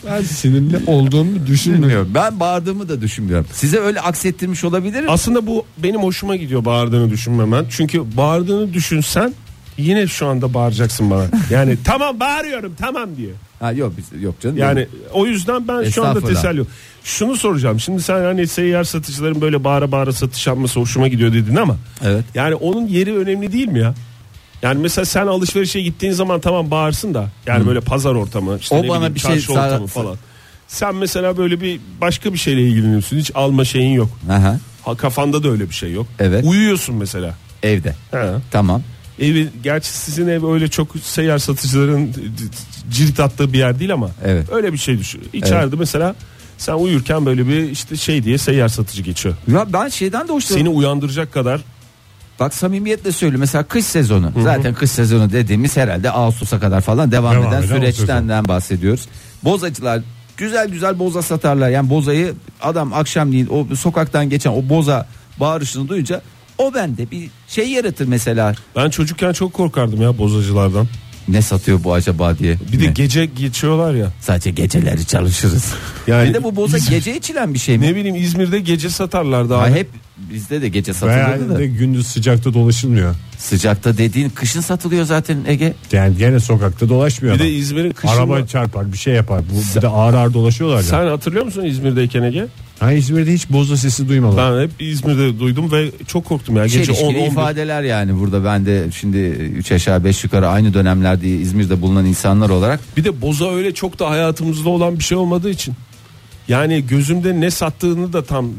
Speaker 6: Ben sinirli olduğumu düşünmüyorum.
Speaker 4: Bilmiyorum. Ben bağırdığımı da düşünmüyorum. Size öyle aksettirmiş olabilirim.
Speaker 5: Aslında bu benim hoşuma gidiyor bağırdığını düşünmemen. Çünkü bağırdığını düşünsen yine şu anda bağıracaksın bana. Yani tamam bağırıyorum tamam diye.
Speaker 4: Ha yok biz- yok canım.
Speaker 5: Yani
Speaker 4: Yok.
Speaker 5: o yüzden ben şu anda
Speaker 4: Estağfurullah.
Speaker 5: teselli yok. Şunu soracağım. Şimdi sen hani seyyar satıcıların böyle bağıra bağıra satış yapması hoşuma gidiyor dedin ama.
Speaker 4: Evet.
Speaker 5: Yani onun yeri önemli değil mi ya? Yani mesela sen alışverişe gittiğin zaman tamam bağırsın da yani böyle pazar ortamı işte
Speaker 4: O
Speaker 5: ne
Speaker 4: bana
Speaker 5: bileyim,
Speaker 4: bir şey
Speaker 5: çarşı
Speaker 4: sağla-
Speaker 5: ortamı falan. Sen mesela böyle bir başka bir şeyle ilgileniyorsun. Hiç alma şeyin yok.
Speaker 4: Aha,
Speaker 5: Ha, kafanda da öyle bir şey yok.
Speaker 4: Evet.
Speaker 5: Uyuyorsun mesela.
Speaker 4: evde.
Speaker 5: Ha.
Speaker 4: Tamam.
Speaker 5: Evi, gerçi sizin ev öyle çok seyyar satıcıların cirit attığı bir yer değil ama
Speaker 4: Evet.
Speaker 5: öyle bir şey düşün. İçeride mesela sen uyurken böyle bir işte şey diye seyyar satıcı geçiyor.
Speaker 4: Ya ben şeyden de hoşlanıyorum.
Speaker 5: Seni uyandıracak kadar
Speaker 4: Bak samimiyetle söylüyorum mesela kış sezonu zaten kış sezonu dediğimiz herhalde Ağustos'a kadar falan devam,
Speaker 6: Devam
Speaker 4: eden
Speaker 6: eden o
Speaker 4: süreçten bahsediyoruz. Bozacılar güzel güzel boza satarlar yani bozayı adam akşamleyin o sokaktan geçen o boza bağırışını duyunca o bende bir şey yaratır mesela
Speaker 5: ben çocukken çok korkardım ya bozacılardan.
Speaker 4: ne satıyor bu acaba diye.
Speaker 5: Bir de
Speaker 4: Ne?
Speaker 5: gece geçiyorlar ya.
Speaker 4: sadece geceleri çalışırız.
Speaker 5: Yani
Speaker 4: bir de bu boza gece içilen bir şey mi?
Speaker 5: Ne bileyim İzmir'de gece satarlar daha.
Speaker 4: Ha, hep bizde de gece satılıyordu
Speaker 6: Veya
Speaker 4: da.
Speaker 6: de gündüz sıcakta dolaşılmıyor.
Speaker 4: Sıcakta dediğin kışın satılıyor zaten Ege.
Speaker 6: Yani gene sokakta dolaşmıyor.
Speaker 5: Bir de
Speaker 6: adam.
Speaker 5: İzmir'in kışında.
Speaker 6: Araba çarpar bir şey yapar. Bu, bir de ağır ağır dolaşıyorlar ya.
Speaker 5: Sen hatırlıyor musun İzmir'deyken Ege?
Speaker 6: Ha, İzmir'de hiç boza sesi duymadım.
Speaker 5: Ben hep İzmir'de duydum ve çok korktum ya. Gece
Speaker 4: Çelişkili
Speaker 5: 10 11.
Speaker 4: Şey, ifadeler yani burada ben de şimdi 3 aşağı 5 yukarı aynı dönemlerde İzmir'de bulunan insanlar olarak
Speaker 5: Bir de boza öyle çok da hayatımızda olan bir şey olmadığı için. Yani gözümde ne sattığını da tam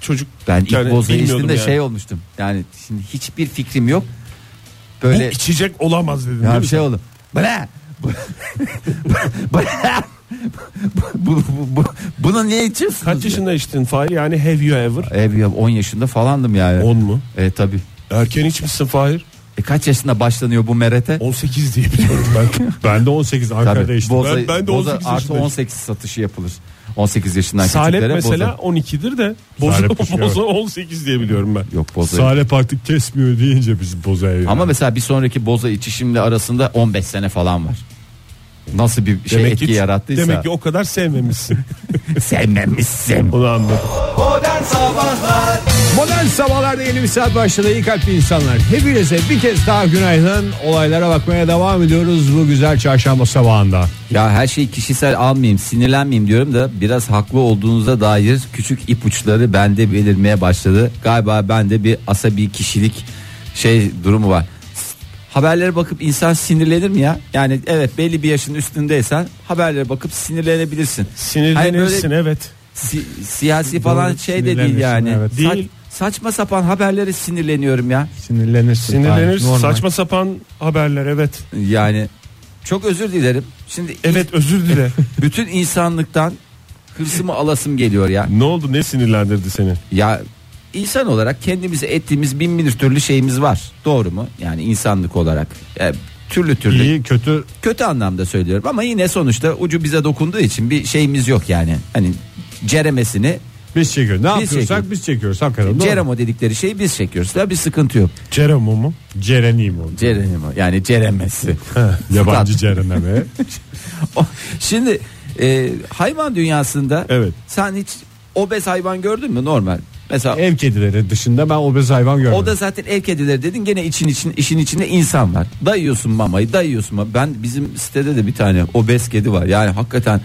Speaker 5: çocuk
Speaker 4: ben ilk
Speaker 5: yani
Speaker 4: boza
Speaker 5: bilmiyordum
Speaker 4: içtiğimde
Speaker 5: yani.
Speaker 4: şey olmuştum. Yani şimdi hiçbir fikrim yok.
Speaker 5: bu
Speaker 4: Böyle
Speaker 5: içecek olamaz dedim.
Speaker 4: yani
Speaker 5: değil mi?
Speaker 4: bir şey oldu. Bana bu, bu, bu, bu, bunu niye içiyorsunuz?
Speaker 5: Kaç
Speaker 4: ya?
Speaker 5: yaşında içtin Fahir? Yani have you ever?
Speaker 4: Ev ya 10 yaşında falandım yani.
Speaker 5: 10 mu?
Speaker 4: E tabi.
Speaker 5: Erken içmişsin Fahir.
Speaker 4: E kaç yaşında başlanıyor bu merete?
Speaker 5: 18 diye biliyorum ben.
Speaker 6: Ben de 18 Ankara'da
Speaker 4: Tabii.
Speaker 6: işte.
Speaker 4: Boza,
Speaker 5: Ben- ben de
Speaker 4: boza
Speaker 5: 18
Speaker 4: artı
Speaker 5: yaşındayım.
Speaker 4: 18 satışı yapılır. 18 yaşından
Speaker 5: Salep
Speaker 4: küçüklere
Speaker 5: mesela
Speaker 4: boza.
Speaker 5: 12'dir de boza,
Speaker 6: Salep bir şey var.
Speaker 5: boza 18 diye biliyorum ben.
Speaker 4: Yok boza.
Speaker 6: Salep artık kesmiyor deyince biz boza evi.
Speaker 4: Ama mesela bir sonraki boza içişimle arasında 15 sene falan var. Nasıl bir şey etki yarattıysa.
Speaker 5: Demek ki o kadar sevmemişsin.
Speaker 4: sevmemişsin.
Speaker 5: Onu anladım.
Speaker 2: Modern Sabahlar
Speaker 3: Modern sabahlarda yeni bir saat başladı. İyi kalpli insanlar. Hepinize bir kez daha günaydın. Olaylara bakmaya devam ediyoruz bu güzel çarşamba sabahında.
Speaker 4: Ya her şeyi kişisel almayayım, sinirlenmeyeyim diyorum da biraz haklı olduğunuza dair küçük ipuçları bende belirmeye başladı. Galiba bende bir asabi kişilik şey durumu var. Haberlere bakıp insan sinirlenir mi ya? Yani evet belli bir yaşın üstündeysen haberlere bakıp sinirlenebilirsin. Hani böyle
Speaker 5: Sinirlenirsin evet.
Speaker 4: si- siyasi falan
Speaker 6: Doğru,
Speaker 4: şey de değil
Speaker 6: sinirlenirsin,
Speaker 4: yani.
Speaker 6: evet.
Speaker 4: Sa-
Speaker 5: Değil.
Speaker 4: saçma sapan haberlere sinirleniyorum ya.
Speaker 6: Sinirlenirsin.
Speaker 5: Sinirlenir
Speaker 6: Normal.
Speaker 5: saçma sapan haberler evet.
Speaker 4: Yani çok özür dilerim. Şimdi
Speaker 5: Evet özür dile.
Speaker 4: bütün insanlıktan hırsımı alasım geliyor ya.
Speaker 5: ne oldu ne sinirlendirdi seni?
Speaker 4: Ya insan olarak kendimize ettiğimiz bin bir türlü şeyimiz var. Doğru mu? Yani insanlık olarak. E, türlü türlü.
Speaker 6: İyi kötü
Speaker 4: Kötü anlamda söylüyorum ama yine sonuçta ucu bize dokunduğu için bir şeyimiz yok yani. Hani ceremesini
Speaker 6: biz
Speaker 5: şey
Speaker 6: çekiyoruz. Ne
Speaker 4: Biz
Speaker 6: yapıyorsak
Speaker 4: çekiyoruz.
Speaker 6: biz çekiyoruz. Hakikaten doğru.
Speaker 4: ceremo dedikleri şeyi biz çekiyoruz. Da bir sıkıntı yok.
Speaker 5: Ceremo mu?
Speaker 6: Cereneyim oldu.
Speaker 4: Ceremo yani ceremesi.
Speaker 6: Yabancı cereneme.
Speaker 4: O- Şimdi e, hayvan dünyasında
Speaker 5: Evet.
Speaker 4: sen hiç obez hayvan gördün mü normal? Mesela
Speaker 6: Ev kedileri dışında ben obez hayvan görmedim.
Speaker 4: o da zaten ev kedileri dedin gene için için işin içinde insan var. Dayıyorsun mamayı, dayıyorsun. ma- Ben bizim sitede de bir tane obez kedi var. Yani hakikaten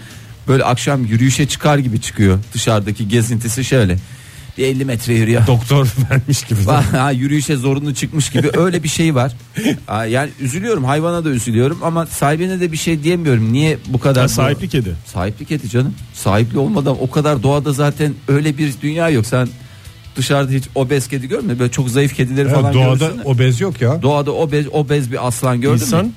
Speaker 4: böyle akşam yürüyüşe çıkar gibi çıkıyor. Dışarıdaki gezintisi şöyle. Bir 50 metre yürüyor.
Speaker 6: Doktor vermiş gibi.
Speaker 4: Ha, yürüyüşe zorunlu çıkmış gibi öyle bir şey var. Ha, Yani üzülüyorum hayvana da üzülüyorum ama sahibine de bir şey diyemiyorum. Niye bu kadar
Speaker 5: Ha, sahipli kedi.
Speaker 4: Sahiplik eti canım. Sahipli olmadan o kadar doğada zaten öyle bir dünya yok. Sen dışarıda hiç obez kedi görmedin mi? Böyle çok zayıf kedileri
Speaker 6: Evet,
Speaker 4: falan
Speaker 6: doğada
Speaker 4: görürsün. de.
Speaker 6: obez yok ya.
Speaker 4: Doğada obez obez bir aslan gördün
Speaker 5: İnsan?
Speaker 4: mü?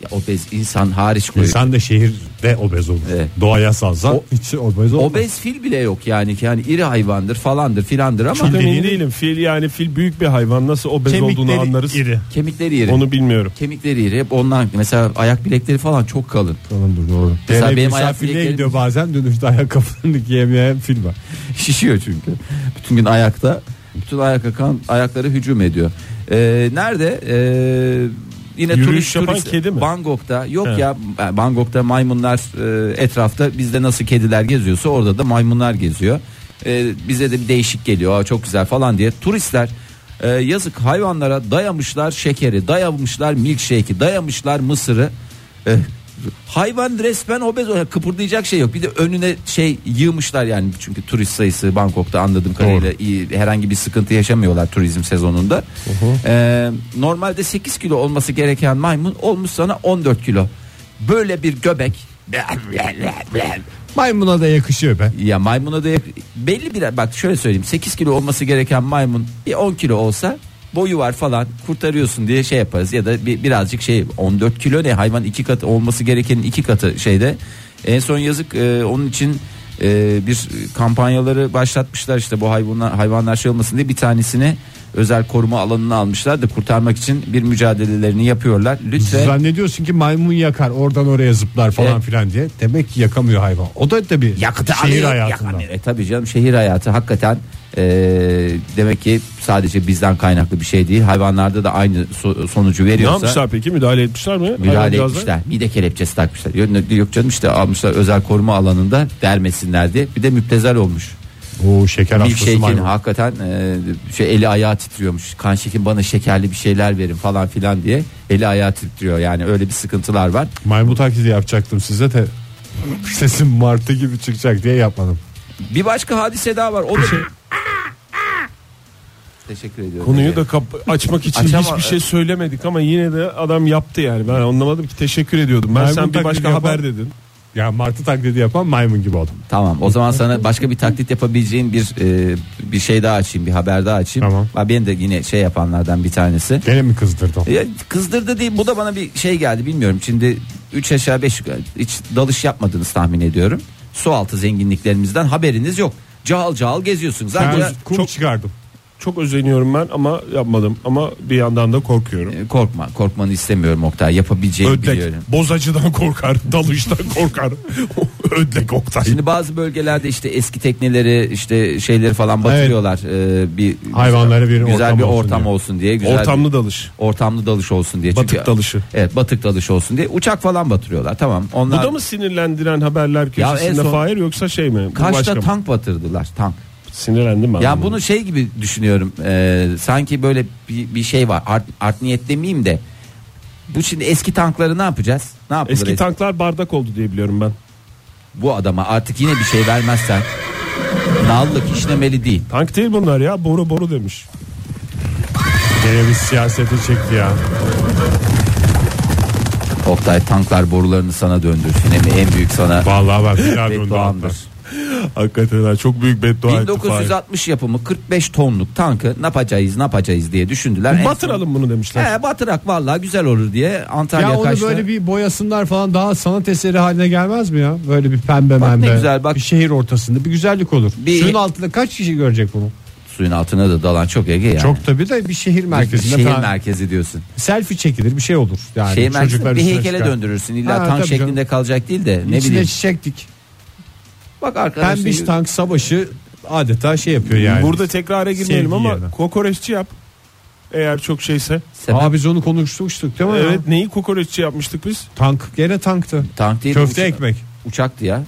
Speaker 4: Ya obez insan hariç koyuyor.
Speaker 6: İnsan da şehirde obez olur.
Speaker 4: Evet.
Speaker 6: Doğaya salsan
Speaker 4: O-
Speaker 6: hiç obez olmaz.
Speaker 4: Obez fil bile yok yani. Yani iri hayvandır falandır filandır ama
Speaker 5: Çok emin
Speaker 6: dediğini-
Speaker 5: değilim. Fil yani fil büyük bir hayvan nasıl obez
Speaker 6: Kemikleri
Speaker 5: olduğunu anlarız.
Speaker 6: iri.
Speaker 4: kemikleri iri.
Speaker 5: Onu bilmiyorum.
Speaker 4: Kemikleri iri. Hep ondan mesela ayak bilekleri falan çok kalın.
Speaker 6: Tamamdır doğru.
Speaker 4: Mesela
Speaker 6: Mesela
Speaker 4: benim
Speaker 6: benim
Speaker 4: ayak bileklerim-
Speaker 6: gidiyor bazen dönüşte ayakkabılarını giyemeyen fil var.
Speaker 4: Şişiyor çünkü. Bütün gün ayakta. Bütün ayak akan ayakları hücum ediyor. Ee, nerede? Ee, yine
Speaker 5: Yürüyüş
Speaker 4: turist,
Speaker 5: yapan
Speaker 4: turist-
Speaker 5: kedi mi?
Speaker 4: Bangkok'ta. Yok
Speaker 5: He.
Speaker 4: ya Bangkok'ta maymunlar e, etrafta bizde nasıl kediler geziyorsa orada da maymunlar geziyor. E, bize de bir değişik geliyor. Aa, çok güzel falan diye. Turistler e, yazık hayvanlara dayamışlar şekeri, dayamışlar milkshake'i, dayamışlar mısırı. E, Hayvan resmen obez olarak kıpırdayacak şey yok. Bir de önüne şey yığmışlar yani çünkü turist sayısı Bangkok'ta anladığım kadarıyla iyi herhangi bir sıkıntı yaşamıyorlar turizm sezonunda. Ee, normalde 8 kilo olması gereken maymun olmuş sana 14 kilo. Böyle bir göbek
Speaker 6: Maymuna da yakışıyor be.
Speaker 4: ya maymuna da yak- belli bir bak şöyle söyleyeyim 8 kilo olması gereken maymun bir 10 kilo olsa boyu var falan kurtarıyorsun diye şey yaparız ya da bir, birazcık şey 14 kilo ne hayvan iki katı olması gerekenin iki katı şeyde en son yazık e, onun için e, bir kampanyaları başlatmışlar işte bu hayvanlar hayvanlar şey olmasın diye bir tanesini özel koruma alanına almışlar da kurtarmak için bir mücadelelerini yapıyorlar lütfen
Speaker 6: Zannediyorsun ki maymun yakar oradan oraya zıplar falan
Speaker 4: Evet.
Speaker 6: filan diye. Demek ki yakamıyor hayvan. O da tabii
Speaker 4: Yakıtı
Speaker 6: şehir
Speaker 4: alıyor,
Speaker 6: hayatında.
Speaker 4: yakamıyor. E tabii canım şehir hayatı hakikaten e, demek ki sadece bizden kaynaklı bir şey değil. Hayvanlarda da aynı so- sonucu
Speaker 5: Ne
Speaker 4: veriyorsa.
Speaker 5: yapmışlar peki müdahale etmişler mi?
Speaker 4: Müdahale
Speaker 5: Hayvancağızlar?
Speaker 4: etmişler. Mide kelepçesi takmışlar. Yok, yok canım işte almışlar özel koruma alanında dermesinler diye. Bir de müptezel olmuş.
Speaker 6: Oo şeker hastası
Speaker 4: Milkshake'in
Speaker 6: maymun.
Speaker 4: hakikaten e, şey eli ayağı titriyormuş. Kan şekim bana şekerli bir şeyler verin falan filan diye eli ayağı titriyor. Yani öyle bir sıkıntılar var.
Speaker 6: Maymun taklidi yapacaktım size de sesim martı gibi çıkacak diye yapmadım.
Speaker 4: Bir başka hadise daha var. O
Speaker 5: şey.
Speaker 4: da... Teşekkür ediyorum.
Speaker 5: Konuyu da kap- açmak için
Speaker 4: Açama-
Speaker 5: hiçbir şey söylemedik ama yine de adam yaptı yani. Ben anlamadım ki teşekkür ediyordum. Ben
Speaker 6: Maymun
Speaker 5: sen bir
Speaker 6: taklidi
Speaker 5: başka
Speaker 6: yapan-
Speaker 5: haber dedin.
Speaker 6: Ya martı taklidi yapan maymun gibi oldum.
Speaker 4: Tamam. O zaman sana başka bir taklit yapabileceğin bir e, bir şey daha açayım, bir haber daha açayım.
Speaker 6: Tamam.
Speaker 4: Ha, Ben de yine şey yapanlardan bir tanesi.
Speaker 6: Gene mi kızdırdım?
Speaker 4: Ya, kızdırdı değil. Bu da bana bir şey geldi bilmiyorum. Şimdi 3 aşağı 5 yukarı hiç dalış yapmadığınız tahmin ediyorum. Su altı zenginliklerimizden haberiniz yok. Cahal cahal geziyorsunuz.
Speaker 6: Ben
Speaker 4: Ancak
Speaker 6: kum
Speaker 5: çok-
Speaker 6: çıkardım.
Speaker 5: Çok özeniyorum ben ama yapmadım. Ama bir yandan da korkuyorum.
Speaker 4: e, korkma. Korkmanı istemiyorum Oktay. Yapabileceğini
Speaker 5: Ödlek.
Speaker 4: biliyorum.
Speaker 5: Bozacıdan korkar. Dalıştan korkar. Ödlek Oktay.
Speaker 4: Şimdi bazı bölgelerde işte eski tekneleri işte şeyleri falan batırıyorlar. E, bir
Speaker 6: Hayvanlara bir
Speaker 4: güzel
Speaker 6: ortam
Speaker 4: bir
Speaker 6: olsun
Speaker 4: ortam
Speaker 6: diye.
Speaker 4: olsun diye. Güzel bir-
Speaker 5: Ortamlı dalış.
Speaker 4: ortamlı dalış olsun diye.
Speaker 5: Batık dalışı.
Speaker 4: Evet batık dalış olsun diye. Uçak falan batırıyorlar tamam.
Speaker 5: Bu
Speaker 4: Onlar
Speaker 5: da mı sinirlendiren haberler
Speaker 4: Ya en
Speaker 5: köşesinde
Speaker 4: son-
Speaker 5: Fahir yoksa şey mi? Bu başka
Speaker 4: Kaş'ta
Speaker 5: mı?
Speaker 4: tank batırdılar tank.
Speaker 5: Sinirlendim ben.
Speaker 4: Ya bunu şey gibi düşünüyorum. e, sanki böyle bir, bir şey var. Art, art niyet demeyeyim de. Bu şimdi eski tankları ne yapacağız? Ne yapılır?
Speaker 5: Eski tanklar bardak oldu diye biliyorum ben.
Speaker 4: Bu adama artık yine bir şey vermezsen. Nallık işlemeli değil.
Speaker 5: Tank değil bunlar ya boru boru demiş.
Speaker 6: Gene bir siyasete çekti ya.
Speaker 4: Oktay tanklar borularını sana döndürsün. Hem en büyük sana
Speaker 6: Vallahi ben bir daha döndü
Speaker 4: bedduamdır.
Speaker 6: hatta.
Speaker 5: Hakikaten ha, çok büyük beddua etti Fahir.
Speaker 4: 1960 yapımı 45 tonluk tankı ne yapacağız ne yapacağız diye düşündüler. En son-
Speaker 5: Batıralım bunu demişler.
Speaker 4: He batırak vallahi güzel olur diye Antalya
Speaker 6: Ya onu
Speaker 4: Kaş'ta.
Speaker 6: böyle bir boyasınlar falan daha sanat eseri haline gelmez mi ya? Böyle bir pembe
Speaker 4: Bak ne
Speaker 6: membe.
Speaker 4: güzel, bak.
Speaker 6: Bir şehir ortasında bir güzellik olur.
Speaker 4: Bir-
Speaker 6: Suyun altında kaç kişi görecek bunu?
Speaker 4: Suyun altına da dalan çok Ege yani.
Speaker 6: Çok tabii de bir şehir merkezinde
Speaker 4: Şehir
Speaker 6: falan.
Speaker 4: merkezi diyorsun.
Speaker 6: Selfie çekilir bir şey olur. Yani
Speaker 4: Şehir merkezinde
Speaker 6: çocuklar
Speaker 4: bir
Speaker 6: üstüne
Speaker 4: heykele
Speaker 6: çıkar.
Speaker 4: döndürürsün. İlla
Speaker 6: Ha,
Speaker 4: tank
Speaker 6: tabii
Speaker 4: şeklinde
Speaker 6: canım.
Speaker 4: kalacak değil de ne
Speaker 6: İçine
Speaker 4: bileyim.
Speaker 6: çiçektik.
Speaker 4: Bak arkadaşlar.
Speaker 6: Pembiş tank savaşı adeta şey yapıyor yani.
Speaker 5: Burada tekrara girmeyelim
Speaker 6: Sevgi
Speaker 5: ama
Speaker 6: yerine.
Speaker 5: kokoreççi yap. Eğer çok şeyse.
Speaker 4: Sebep-
Speaker 6: Aa, biz onu konuşmuştuk değil mi? ya?
Speaker 5: Evet neyi kokoreççi yapmıştık biz?
Speaker 6: Tank gene tanktı.
Speaker 4: tank değil.
Speaker 6: Köfte
Speaker 4: uça-
Speaker 6: ekmek.
Speaker 4: Uçaktı ya.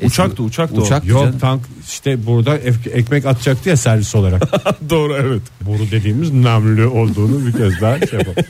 Speaker 4: E,
Speaker 5: Uçaktı, uçaktı o.
Speaker 4: Uçaktı
Speaker 6: Yok
Speaker 4: canım.
Speaker 6: tank işte burada ek- ekmek atacaktı ya servis olarak.
Speaker 5: Doğru evet.
Speaker 6: Boru dediğimiz namlü olduğunu bir kez daha şey yapalım.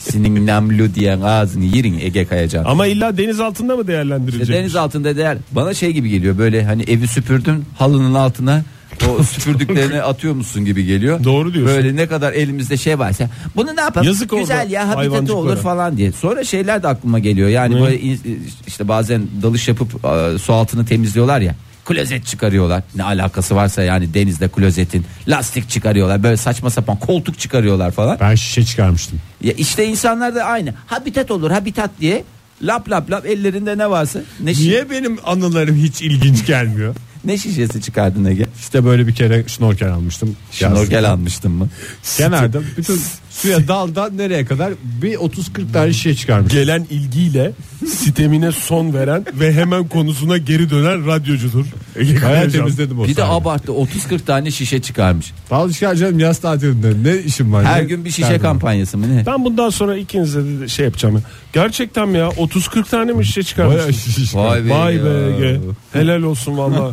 Speaker 4: Senin namlu diyen ağzını yerin Ege Kayacan.
Speaker 5: Ama illa deniz altında mı değerlendirilecek?
Speaker 4: E, Deniz altında değer. Bana şey gibi geliyor böyle hani evi süpürdün halının altına o süpürdüklerini atıyor musun gibi geliyor.
Speaker 5: Doğru diyorsun.
Speaker 4: Böyle ne kadar elimizde şey varsa bunu ne yapalım?
Speaker 5: Yazık oldu
Speaker 4: Güzel ya habitatı
Speaker 5: hayvancıklara.
Speaker 4: olur falan diye. Sonra şeyler de aklıma geliyor. Yani
Speaker 5: Ne?
Speaker 4: böyle in- işte bazen dalış yapıp e, su altını temizliyorlar ya. Klozet çıkarıyorlar. Ne alakası varsa yani denizde klozetin. Lastik çıkarıyorlar. Böyle saçma sapan koltuk çıkarıyorlar falan.
Speaker 6: Ben şişe çıkarmıştım.
Speaker 4: Ya işte insanlar da aynı. Habitat olur habitat diye. Lap lap lap ellerinde ne varsa. Ne şey- şi-
Speaker 6: Niye benim anılarım hiç ilginç gelmiyor?
Speaker 4: Ne şişesi çıkardın Ege?
Speaker 6: İşte böyle bir kere şnorkel almıştım.
Speaker 4: Şnorkel almıştın mı?
Speaker 6: Kenarda bütün suya daldan nereye kadar bir 30-40 tane şişe çıkarmıştım.
Speaker 5: Gelen ilgiyle sitemine son veren ve hemen konusuna geri dönen radyocudur. Ege
Speaker 6: Bayağı
Speaker 5: Kayacan.
Speaker 6: temizledim o
Speaker 4: Bir de
Speaker 6: sahneyi.
Speaker 4: abarttı 30-40 tane şişe çıkarmış.
Speaker 6: Pahalı çıkaracağım yaz tatilinde ne işim var?
Speaker 4: Her
Speaker 6: Ne
Speaker 4: gün bir şişe
Speaker 6: derdim var?
Speaker 4: kampanyası mı ne?
Speaker 5: Ben bundan sonra ikinize de şey yapacağım. ya. Gerçekten mi ya? 30-40 tane mi şişe
Speaker 6: Bayağı
Speaker 5: çıkarmışsın?
Speaker 6: şişe çıkardım.
Speaker 4: Vay be.
Speaker 5: Vay
Speaker 4: ya.
Speaker 5: be Ege. Helal olsun valla.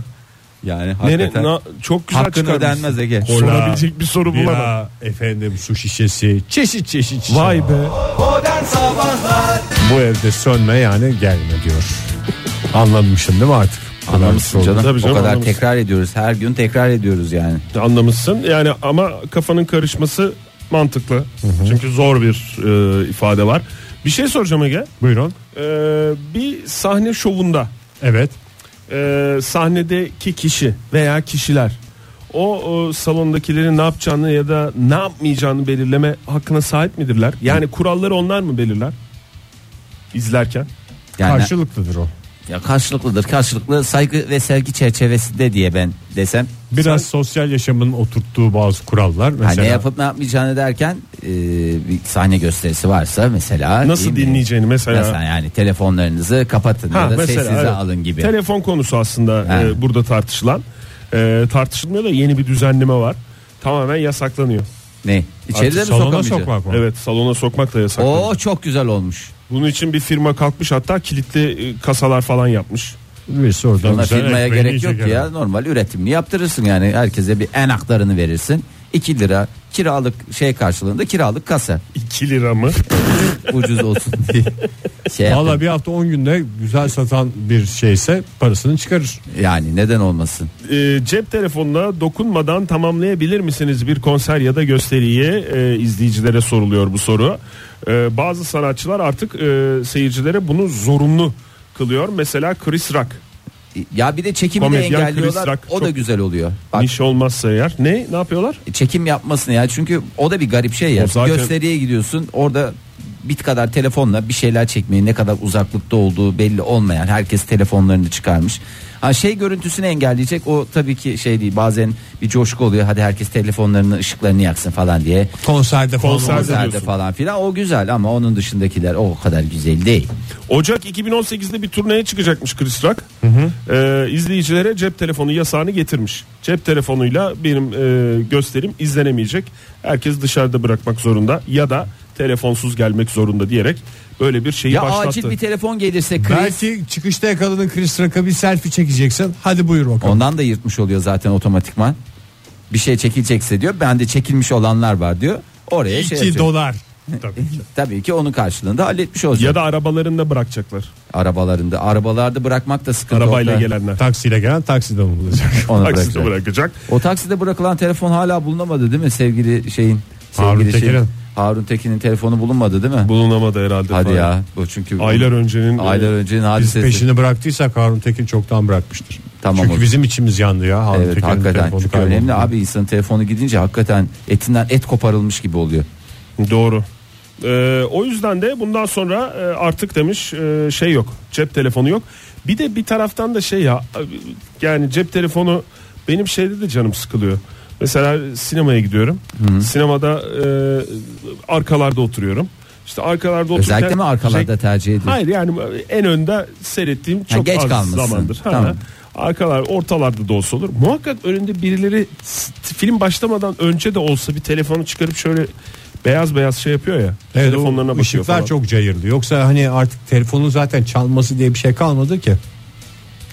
Speaker 4: Yani
Speaker 5: Nere,
Speaker 4: hakikaten.
Speaker 5: na- çok güzel
Speaker 4: Hakkını
Speaker 5: çıkarmışsın.
Speaker 4: ödenmez Ege.
Speaker 5: Sorabilecek bir soru bulamadım.
Speaker 4: şey.
Speaker 6: Bira, efendim su şişesi, çeşit çeşit şişe.
Speaker 5: Vay be.
Speaker 2: Modern Sabahlar
Speaker 6: Bu evde sönme yani gelme diyor. Anlamışsın değil mi artık? Bu kadar bir
Speaker 4: Anlamışsın
Speaker 6: sorun.
Speaker 4: canım.
Speaker 5: Tabii canım,
Speaker 4: o kadar
Speaker 5: anlamışsın.
Speaker 4: tekrar ediyoruz. Her gün tekrar ediyoruz yani.
Speaker 5: anlamışsın. Yani ama kafanın karışması mantıklı. Çünkü zor bir e, ifade var. Bir şey soracağım Ege.
Speaker 6: Buyurun.
Speaker 5: E, bir sahne şovunda
Speaker 6: Evet.
Speaker 5: e, sahnedeki kişi veya kişiler o, o salondakilerin ne yapacağını ya da ne yapmayacağını belirleme hakkına sahip midirler? Yani kuralları onlar mı belirler? İzlerken.
Speaker 4: Yani
Speaker 6: Karşılıklıdır o.
Speaker 4: ya karşılıklıdır. Karşılıklı saygı ve sevgi çerçevesinde diye ben desem.
Speaker 6: Biraz sosyal yaşamın oturttuğu bazı kurallar
Speaker 4: Ha,
Speaker 6: mesela.
Speaker 4: hani ne yapıp ne yapmayacağını derken e, bir sahne gösterisi varsa mesela
Speaker 5: Nasıl
Speaker 4: değil mi?
Speaker 5: dinleyeceğini mesela.
Speaker 4: Mesela yani telefonlarınızı kapatın
Speaker 5: Ha,
Speaker 4: ya da
Speaker 5: mesela,
Speaker 4: sessize
Speaker 5: evet.
Speaker 4: alın gibi.
Speaker 5: Telefon konusu aslında
Speaker 4: Ha.
Speaker 5: e, burada tartışılan. E, tartışılmıyor da yeni bir düzenleme var. Tamamen yasaklanıyor.
Speaker 4: ne? İçeride mi
Speaker 6: Artık salona
Speaker 4: sokamayacak?
Speaker 6: sokmak mı?
Speaker 5: Evet salona sokmak da yasaklanıyor.
Speaker 4: Oo çok güzel olmuş.
Speaker 5: Bunun için bir firma kalkmış hatta kilitli e, kasalar falan yapmış.
Speaker 6: Birisi oradan
Speaker 4: Ona
Speaker 6: güzel
Speaker 4: firmaya
Speaker 6: ekmeğini
Speaker 4: gerek yok
Speaker 6: yiyecek
Speaker 4: ya.
Speaker 6: herhalde.
Speaker 4: Normal üretimini yaptırırsın yani. Herkese bir en haklarını verirsin. 2 lira kiralık şey karşılığında kiralık kasa
Speaker 5: 2 lira mı?
Speaker 4: ucuz olsun diye. Şey yapın.
Speaker 6: Valla bir hafta 10 günde güzel satan bir şeyse parasını çıkarır.
Speaker 4: Yani neden olmasın?
Speaker 5: E, cep telefonuna dokunmadan tamamlayabilir misiniz bir konser ya da gösteriyi e, izleyicilere soruluyor bu soru. E, bazı sanatçılar artık e, seyircilere bunu zorunlu kılıyor. Mesela Chris Rock.
Speaker 4: Ya bir de çekimi de
Speaker 5: Komedyen
Speaker 4: engelliyorlar.
Speaker 5: Chris Rock
Speaker 4: o da
Speaker 5: çok-
Speaker 4: güzel oluyor. Bak
Speaker 5: Niş olmazsa eğer. Ne? Ne yapıyorlar?
Speaker 4: çekim yapmasını ya çünkü o da bir garip şey ya.
Speaker 5: O zaten-
Speaker 4: Gösteriye gidiyorsun orada bit kadar telefonla bir şeyler çekmeyi ne kadar uzaklıkta olduğu belli olmayan herkes telefonlarını çıkarmış. Ha şey görüntüsünü engelleyecek o tabii ki şey değil bazen bir coşku oluyor hadi herkes telefonlarını ışıklarını yaksın falan diye.
Speaker 6: Konserde falan.
Speaker 5: Konser-
Speaker 6: olmaz.
Speaker 4: Konserde
Speaker 5: diyorsun.
Speaker 4: falan filan o güzel ama onun dışındakiler o kadar güzel değil.
Speaker 5: Ocak 2018'de bir turneye çıkacakmış Chris Rock. Ee, izleyicilere cep telefonu yasağını getirmiş. Cep telefonuyla benim e, gösterim izlenemeyecek. Herkes dışarıda bırakmak zorunda ya da telefonsuz gelmek zorunda diyerek böyle bir şeyi
Speaker 4: Ya acil
Speaker 5: başlattı.
Speaker 4: bir telefon gelirse Chris
Speaker 6: Belki çıkışta yakaladın Chris Rock'a bir selfie çekeceksin. Hadi buyur bakalım.
Speaker 4: Ondan da yırtmış oluyor zaten otomatikman. Bir şey çekilecekse diyor. Bende çekilmiş olanlar var diyor. Oraya şey
Speaker 6: 2
Speaker 4: yapacak.
Speaker 6: dolar. Tabii ki.
Speaker 4: Tabii ki onun karşılığında halletmiş olacak.
Speaker 5: Ya da arabalarında bırakacaklar.
Speaker 4: arabalarında. Arabalarda bırakmak da sıkıntı.
Speaker 5: Arabayla
Speaker 4: orada.
Speaker 5: gelenler.
Speaker 6: Taksiyle gelen taksiden olacak.
Speaker 4: Onu
Speaker 5: Takside
Speaker 4: bırakacak.
Speaker 5: bırakacak.
Speaker 4: O takside bırakılan telefon hala bulunamadı değil mi sevgili şeyin? Sevgili
Speaker 6: Harun
Speaker 4: şeyin-
Speaker 6: Tekin'in.
Speaker 4: Harun Tekin'in telefonu bulunmadı değil mi?
Speaker 5: Bulunamadı herhalde.
Speaker 4: Hadi
Speaker 5: falan.
Speaker 4: ya. Bu çünkü
Speaker 5: Aylar öncenin
Speaker 4: aylar öncenin
Speaker 6: e, Biz
Speaker 4: hadisesi.
Speaker 6: peşini bıraktıysak Harun Tekin çoktan bırakmıştır.
Speaker 4: Tamam
Speaker 6: Çünkü
Speaker 4: o.
Speaker 6: bizim içimiz yandı ya Harun
Speaker 4: Evet
Speaker 6: Tekin'in
Speaker 4: hakikaten.
Speaker 6: telefonu
Speaker 4: Çünkü
Speaker 6: kayboldu.
Speaker 4: önemli abi insanın telefonu gidince hakikaten etinden et koparılmış gibi oluyor.
Speaker 5: Doğru. Ee, o yüzden de bundan sonra e, artık demiş e, şey yok. Cep telefonu yok. Bir de bir taraftan da şey ya e, yani cep telefonu benim şeyde de canım sıkılıyor. Mesela sinemaya gidiyorum. Sinemada e, arkalarda oturuyorum. İşte arkalarda otururken şey-
Speaker 4: Özellikle mi arkalarda
Speaker 6: şey-
Speaker 5: Re-
Speaker 4: tercih ediyorsun?
Speaker 5: Hayır yani en önde seyrettiğim çok
Speaker 4: geç
Speaker 5: az
Speaker 4: kalmışsın.
Speaker 5: zamandır. Ha,
Speaker 4: Tamam.
Speaker 5: Arkalar ortalarda da olsa olur. Muhakkak önünde birileri s- film başlamadan önce de olsa bir telefonu çıkarıp şöyle beyaz beyaz şey yapıyor ya.
Speaker 6: Evet,
Speaker 5: telefonlarına
Speaker 6: telefonlarına
Speaker 5: bakıyor
Speaker 6: ışıklar
Speaker 5: falan.
Speaker 6: çok cayırlı. Yoksa hani artık telefonun zaten çalması diye bir şey kalmadı ki.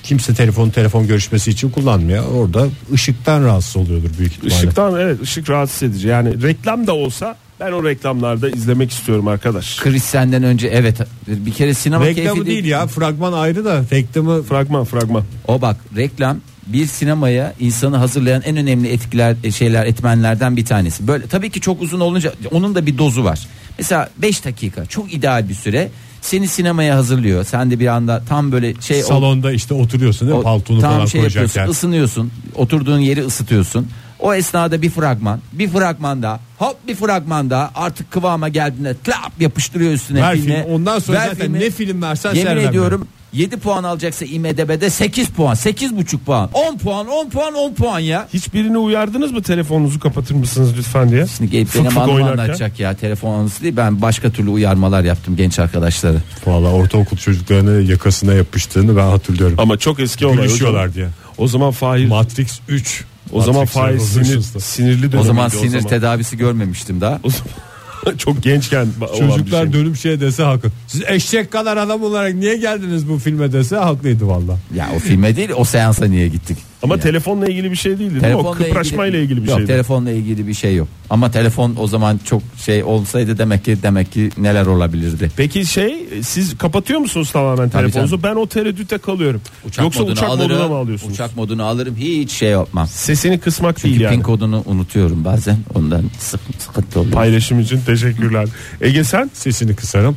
Speaker 6: Kimse telefonu telefon görüşmesi için kullanmıyor. Orada ışıktan rahatsız oluyordur büyük ihtimalle.
Speaker 5: Işıktan evet ışık rahatsız edici. Yani reklam da olsa ben o reklamlarda izlemek istiyorum arkadaş.
Speaker 4: Chris senden önce evet bir kere sinema
Speaker 6: Reklamı
Speaker 4: keyfi
Speaker 6: değil ya fragman ayrı da reklamı
Speaker 5: Fragman fragman.
Speaker 4: O bak reklam bir sinemaya insanı hazırlayan en önemli etkiler e, şeyler etmenlerden bir tanesi. Böyle tabii ki çok uzun olunca onun da bir dozu var. Mesela 5 dakika çok ideal bir süre seni sinemaya hazırlıyor. Sen de bir anda tam böyle şey ol-
Speaker 6: salonda işte oturuyorsun değil mi?
Speaker 4: o-
Speaker 6: Paltonu
Speaker 4: tam
Speaker 6: falan
Speaker 4: şey
Speaker 6: koyacakken.
Speaker 4: yapıyorsun, ısınıyorsun. Oturduğun yeri ısıtıyorsun. O esnada bir fragman, bir fragman daha, hop bir fragman daha artık kıvama geldiğinde tlap yapıştırıyor üstüne
Speaker 6: Ver
Speaker 4: filme.
Speaker 6: filmi. Ondan sonra
Speaker 4: Ver
Speaker 6: zaten
Speaker 4: filmi.
Speaker 6: ne film versen
Speaker 4: Yemin
Speaker 6: seyredemem.
Speaker 4: ediyorum 7 puan alacaksa IMDB'de 8 puan, 8,5 puan, 10 puan, 10 puan, 10 puan ya.
Speaker 5: Hiçbirini uyardınız mı telefonunuzu kapatır mısınız lütfen diye?
Speaker 4: Şimdi gelip
Speaker 5: Fık
Speaker 4: benim
Speaker 5: fık
Speaker 4: anımı
Speaker 5: oynarken.
Speaker 4: anlatacak ya telefon anısı değil ben başka türlü uyarmalar yaptım genç arkadaşları.
Speaker 6: Valla ortaokul çocuklarının yakasına yapıştığını ben hatırlıyorum.
Speaker 5: Ama çok eski olay.
Speaker 6: Gülüşüyorlar
Speaker 5: O zaman-
Speaker 6: diye.
Speaker 5: O zaman Fahir
Speaker 6: Matrix 3.
Speaker 5: o zaman
Speaker 6: Matrix'e
Speaker 5: Fahir sinir,
Speaker 6: Revolutions'da.
Speaker 5: sinirli dönemiydi
Speaker 4: O zaman sinir
Speaker 5: zaman.
Speaker 4: tedavisi görmemiştim daha.
Speaker 5: O zaman- çok gençken ba- olan
Speaker 6: Çocuklar
Speaker 5: bir şey.
Speaker 6: dönüp şey dese haklı. Siz eşek kadar adam olarak niye geldiniz bu filme dese haklıydı valla.
Speaker 4: Ya o filme değil o seansa niye gittik?
Speaker 5: Ama
Speaker 4: Yani.
Speaker 5: telefonla ilgili bir şey değildi değil mi? O
Speaker 4: Telefonla
Speaker 5: kıpraşmayla ilgili, bir şey
Speaker 4: yok,
Speaker 5: şeydi.
Speaker 4: telefonla ilgili bir şey yok. Ama telefon o zaman çok şey olsaydı demek ki demek ki neler olabilirdi.
Speaker 5: Peki şey siz kapatıyor musunuz tamamen
Speaker 4: Tabii
Speaker 5: telefonunuzu? Ben o tereddüte kalıyorum. Yoksa uçak moduna mı alıyorsunuz?
Speaker 4: Uçak modunu alırım hiç şey yapmam.
Speaker 5: Sesini kısmak
Speaker 4: Çünkü
Speaker 5: değil yani.
Speaker 4: pin kodunu unutuyorum bazen ondan sık- sıkıntı oluyor.
Speaker 5: Paylaşım için teşekkürler. Ege sen
Speaker 6: Sesini kısarım.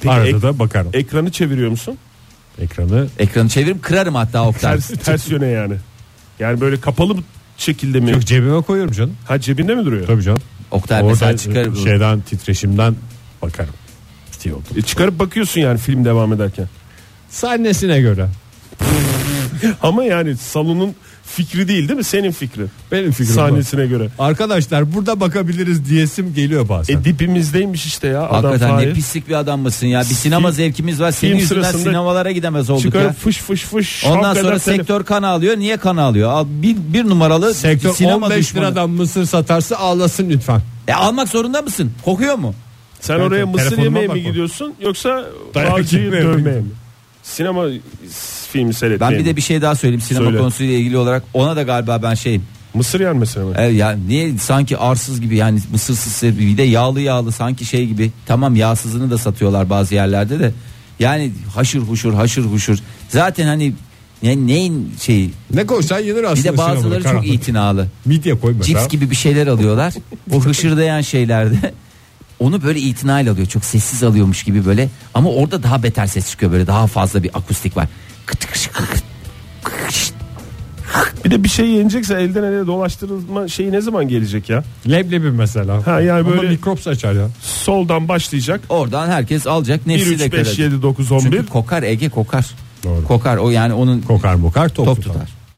Speaker 5: Peki,
Speaker 6: arada
Speaker 5: ek-
Speaker 6: da bakarım.
Speaker 5: ekranı çeviriyor musun?
Speaker 6: Ekranı
Speaker 4: Ekranı çevirip kırarım hatta Oktay.
Speaker 5: Ters, ters yöne yani. Yani böyle kapalı şekilde mi?
Speaker 6: yok cebime koyuyorum canım.
Speaker 5: Ha cebinde mi duruyor?
Speaker 6: Tabii canım.
Speaker 4: Oktay
Speaker 6: Oradan
Speaker 4: mesela çıkarım.
Speaker 5: Şey,
Speaker 6: şeyden titreşimden bakarım. İyi oldu.
Speaker 5: E, çıkarıp bakıyorsun yani film devam ederken.
Speaker 6: Sahnesine göre.
Speaker 5: Ama yani salonun fikri değil değil mi? Senin fikrin.
Speaker 6: Benim fikrim bu.
Speaker 5: Sahnesine göre.
Speaker 6: Arkadaşlar burada bakabiliriz diyesim geliyor bazen.
Speaker 5: E dibimizdeymiş işte ya.
Speaker 4: Hakikaten
Speaker 5: adam
Speaker 4: ne
Speaker 5: fare.
Speaker 4: pislik bir adam mısın ya. Bir sinema
Speaker 5: Film-
Speaker 4: zevkimiz var. Senin
Speaker 5: film
Speaker 4: yüzünden
Speaker 5: sırasında
Speaker 4: sinemalara gidemez olduk
Speaker 5: Çıkarıp
Speaker 4: ya.
Speaker 5: fış fış fış.
Speaker 4: Ondan
Speaker 5: şapkadan
Speaker 4: sonra
Speaker 5: telefon-
Speaker 4: sektör kan alıyor. Niye kan alıyor? Al bir, bir numaralı
Speaker 6: Sektör
Speaker 4: sinema
Speaker 6: 15
Speaker 4: düşmanı.
Speaker 6: liradan mısır satarsa ağlasın lütfen.
Speaker 4: E almak zorunda mısın? Kokuyor mu?
Speaker 5: Sen oraya
Speaker 6: Zaten
Speaker 5: mısır
Speaker 6: telefonuma
Speaker 5: yemeye mi
Speaker 6: bakma.
Speaker 5: gidiyorsun yoksa
Speaker 6: Dayak
Speaker 5: avcıyı
Speaker 6: yemeye
Speaker 5: dövmeye
Speaker 6: gidiyorum.
Speaker 5: mi? Sinema filmi
Speaker 4: Ben
Speaker 5: seyretmeye
Speaker 4: bir de bir şey daha söyleyeyim sinema
Speaker 5: Söyle.
Speaker 4: konusuyla ilgili olarak. Ona da galiba ben şeyim.
Speaker 5: Mısır yenmesine mi?
Speaker 4: E, ya niye sanki arsız gibi yani mısırsız bir de yağlı yağlı sanki şey gibi. Tamam yağsızını da satıyorlar bazı yerlerde de. Yani haşır huşur haşır huşur. Zaten hani ne, neyin şeyi
Speaker 6: Ne koysan yenir
Speaker 4: bir
Speaker 6: aslında.
Speaker 4: de bazıları
Speaker 6: sinemada,
Speaker 4: çok
Speaker 6: karanlık.
Speaker 4: itinalı.
Speaker 6: Midye koy mesela.
Speaker 4: Cips gibi bir şeyler alıyorlar. o hışırdayan şeylerde. Onu böyle itinayla alıyor. Çok sessiz alıyormuş gibi böyle. Ama orada daha beter ses çıkıyor böyle. Daha fazla bir akustik var. Kıt kış kıt kıt.
Speaker 5: Bir de bir şey yenecekse elden ele dolaştırılma şeyi ne zaman gelecek ya?
Speaker 6: Leblebi mesela.
Speaker 5: Ha, yani
Speaker 6: Ama
Speaker 5: böyle-
Speaker 6: mikrop saçar ya.
Speaker 5: Soldan başlayacak.
Speaker 4: Oradan herkes alacak.
Speaker 5: 1
Speaker 4: Nefsi
Speaker 5: 3
Speaker 4: de
Speaker 5: 5
Speaker 4: kadar.
Speaker 5: 7 9 11.
Speaker 4: Çünkü kokar Ege kokar.
Speaker 6: Doğru.
Speaker 4: Kokar o yani onun
Speaker 6: Kokar mokar top,
Speaker 4: top
Speaker 6: tutar.
Speaker 4: tutar.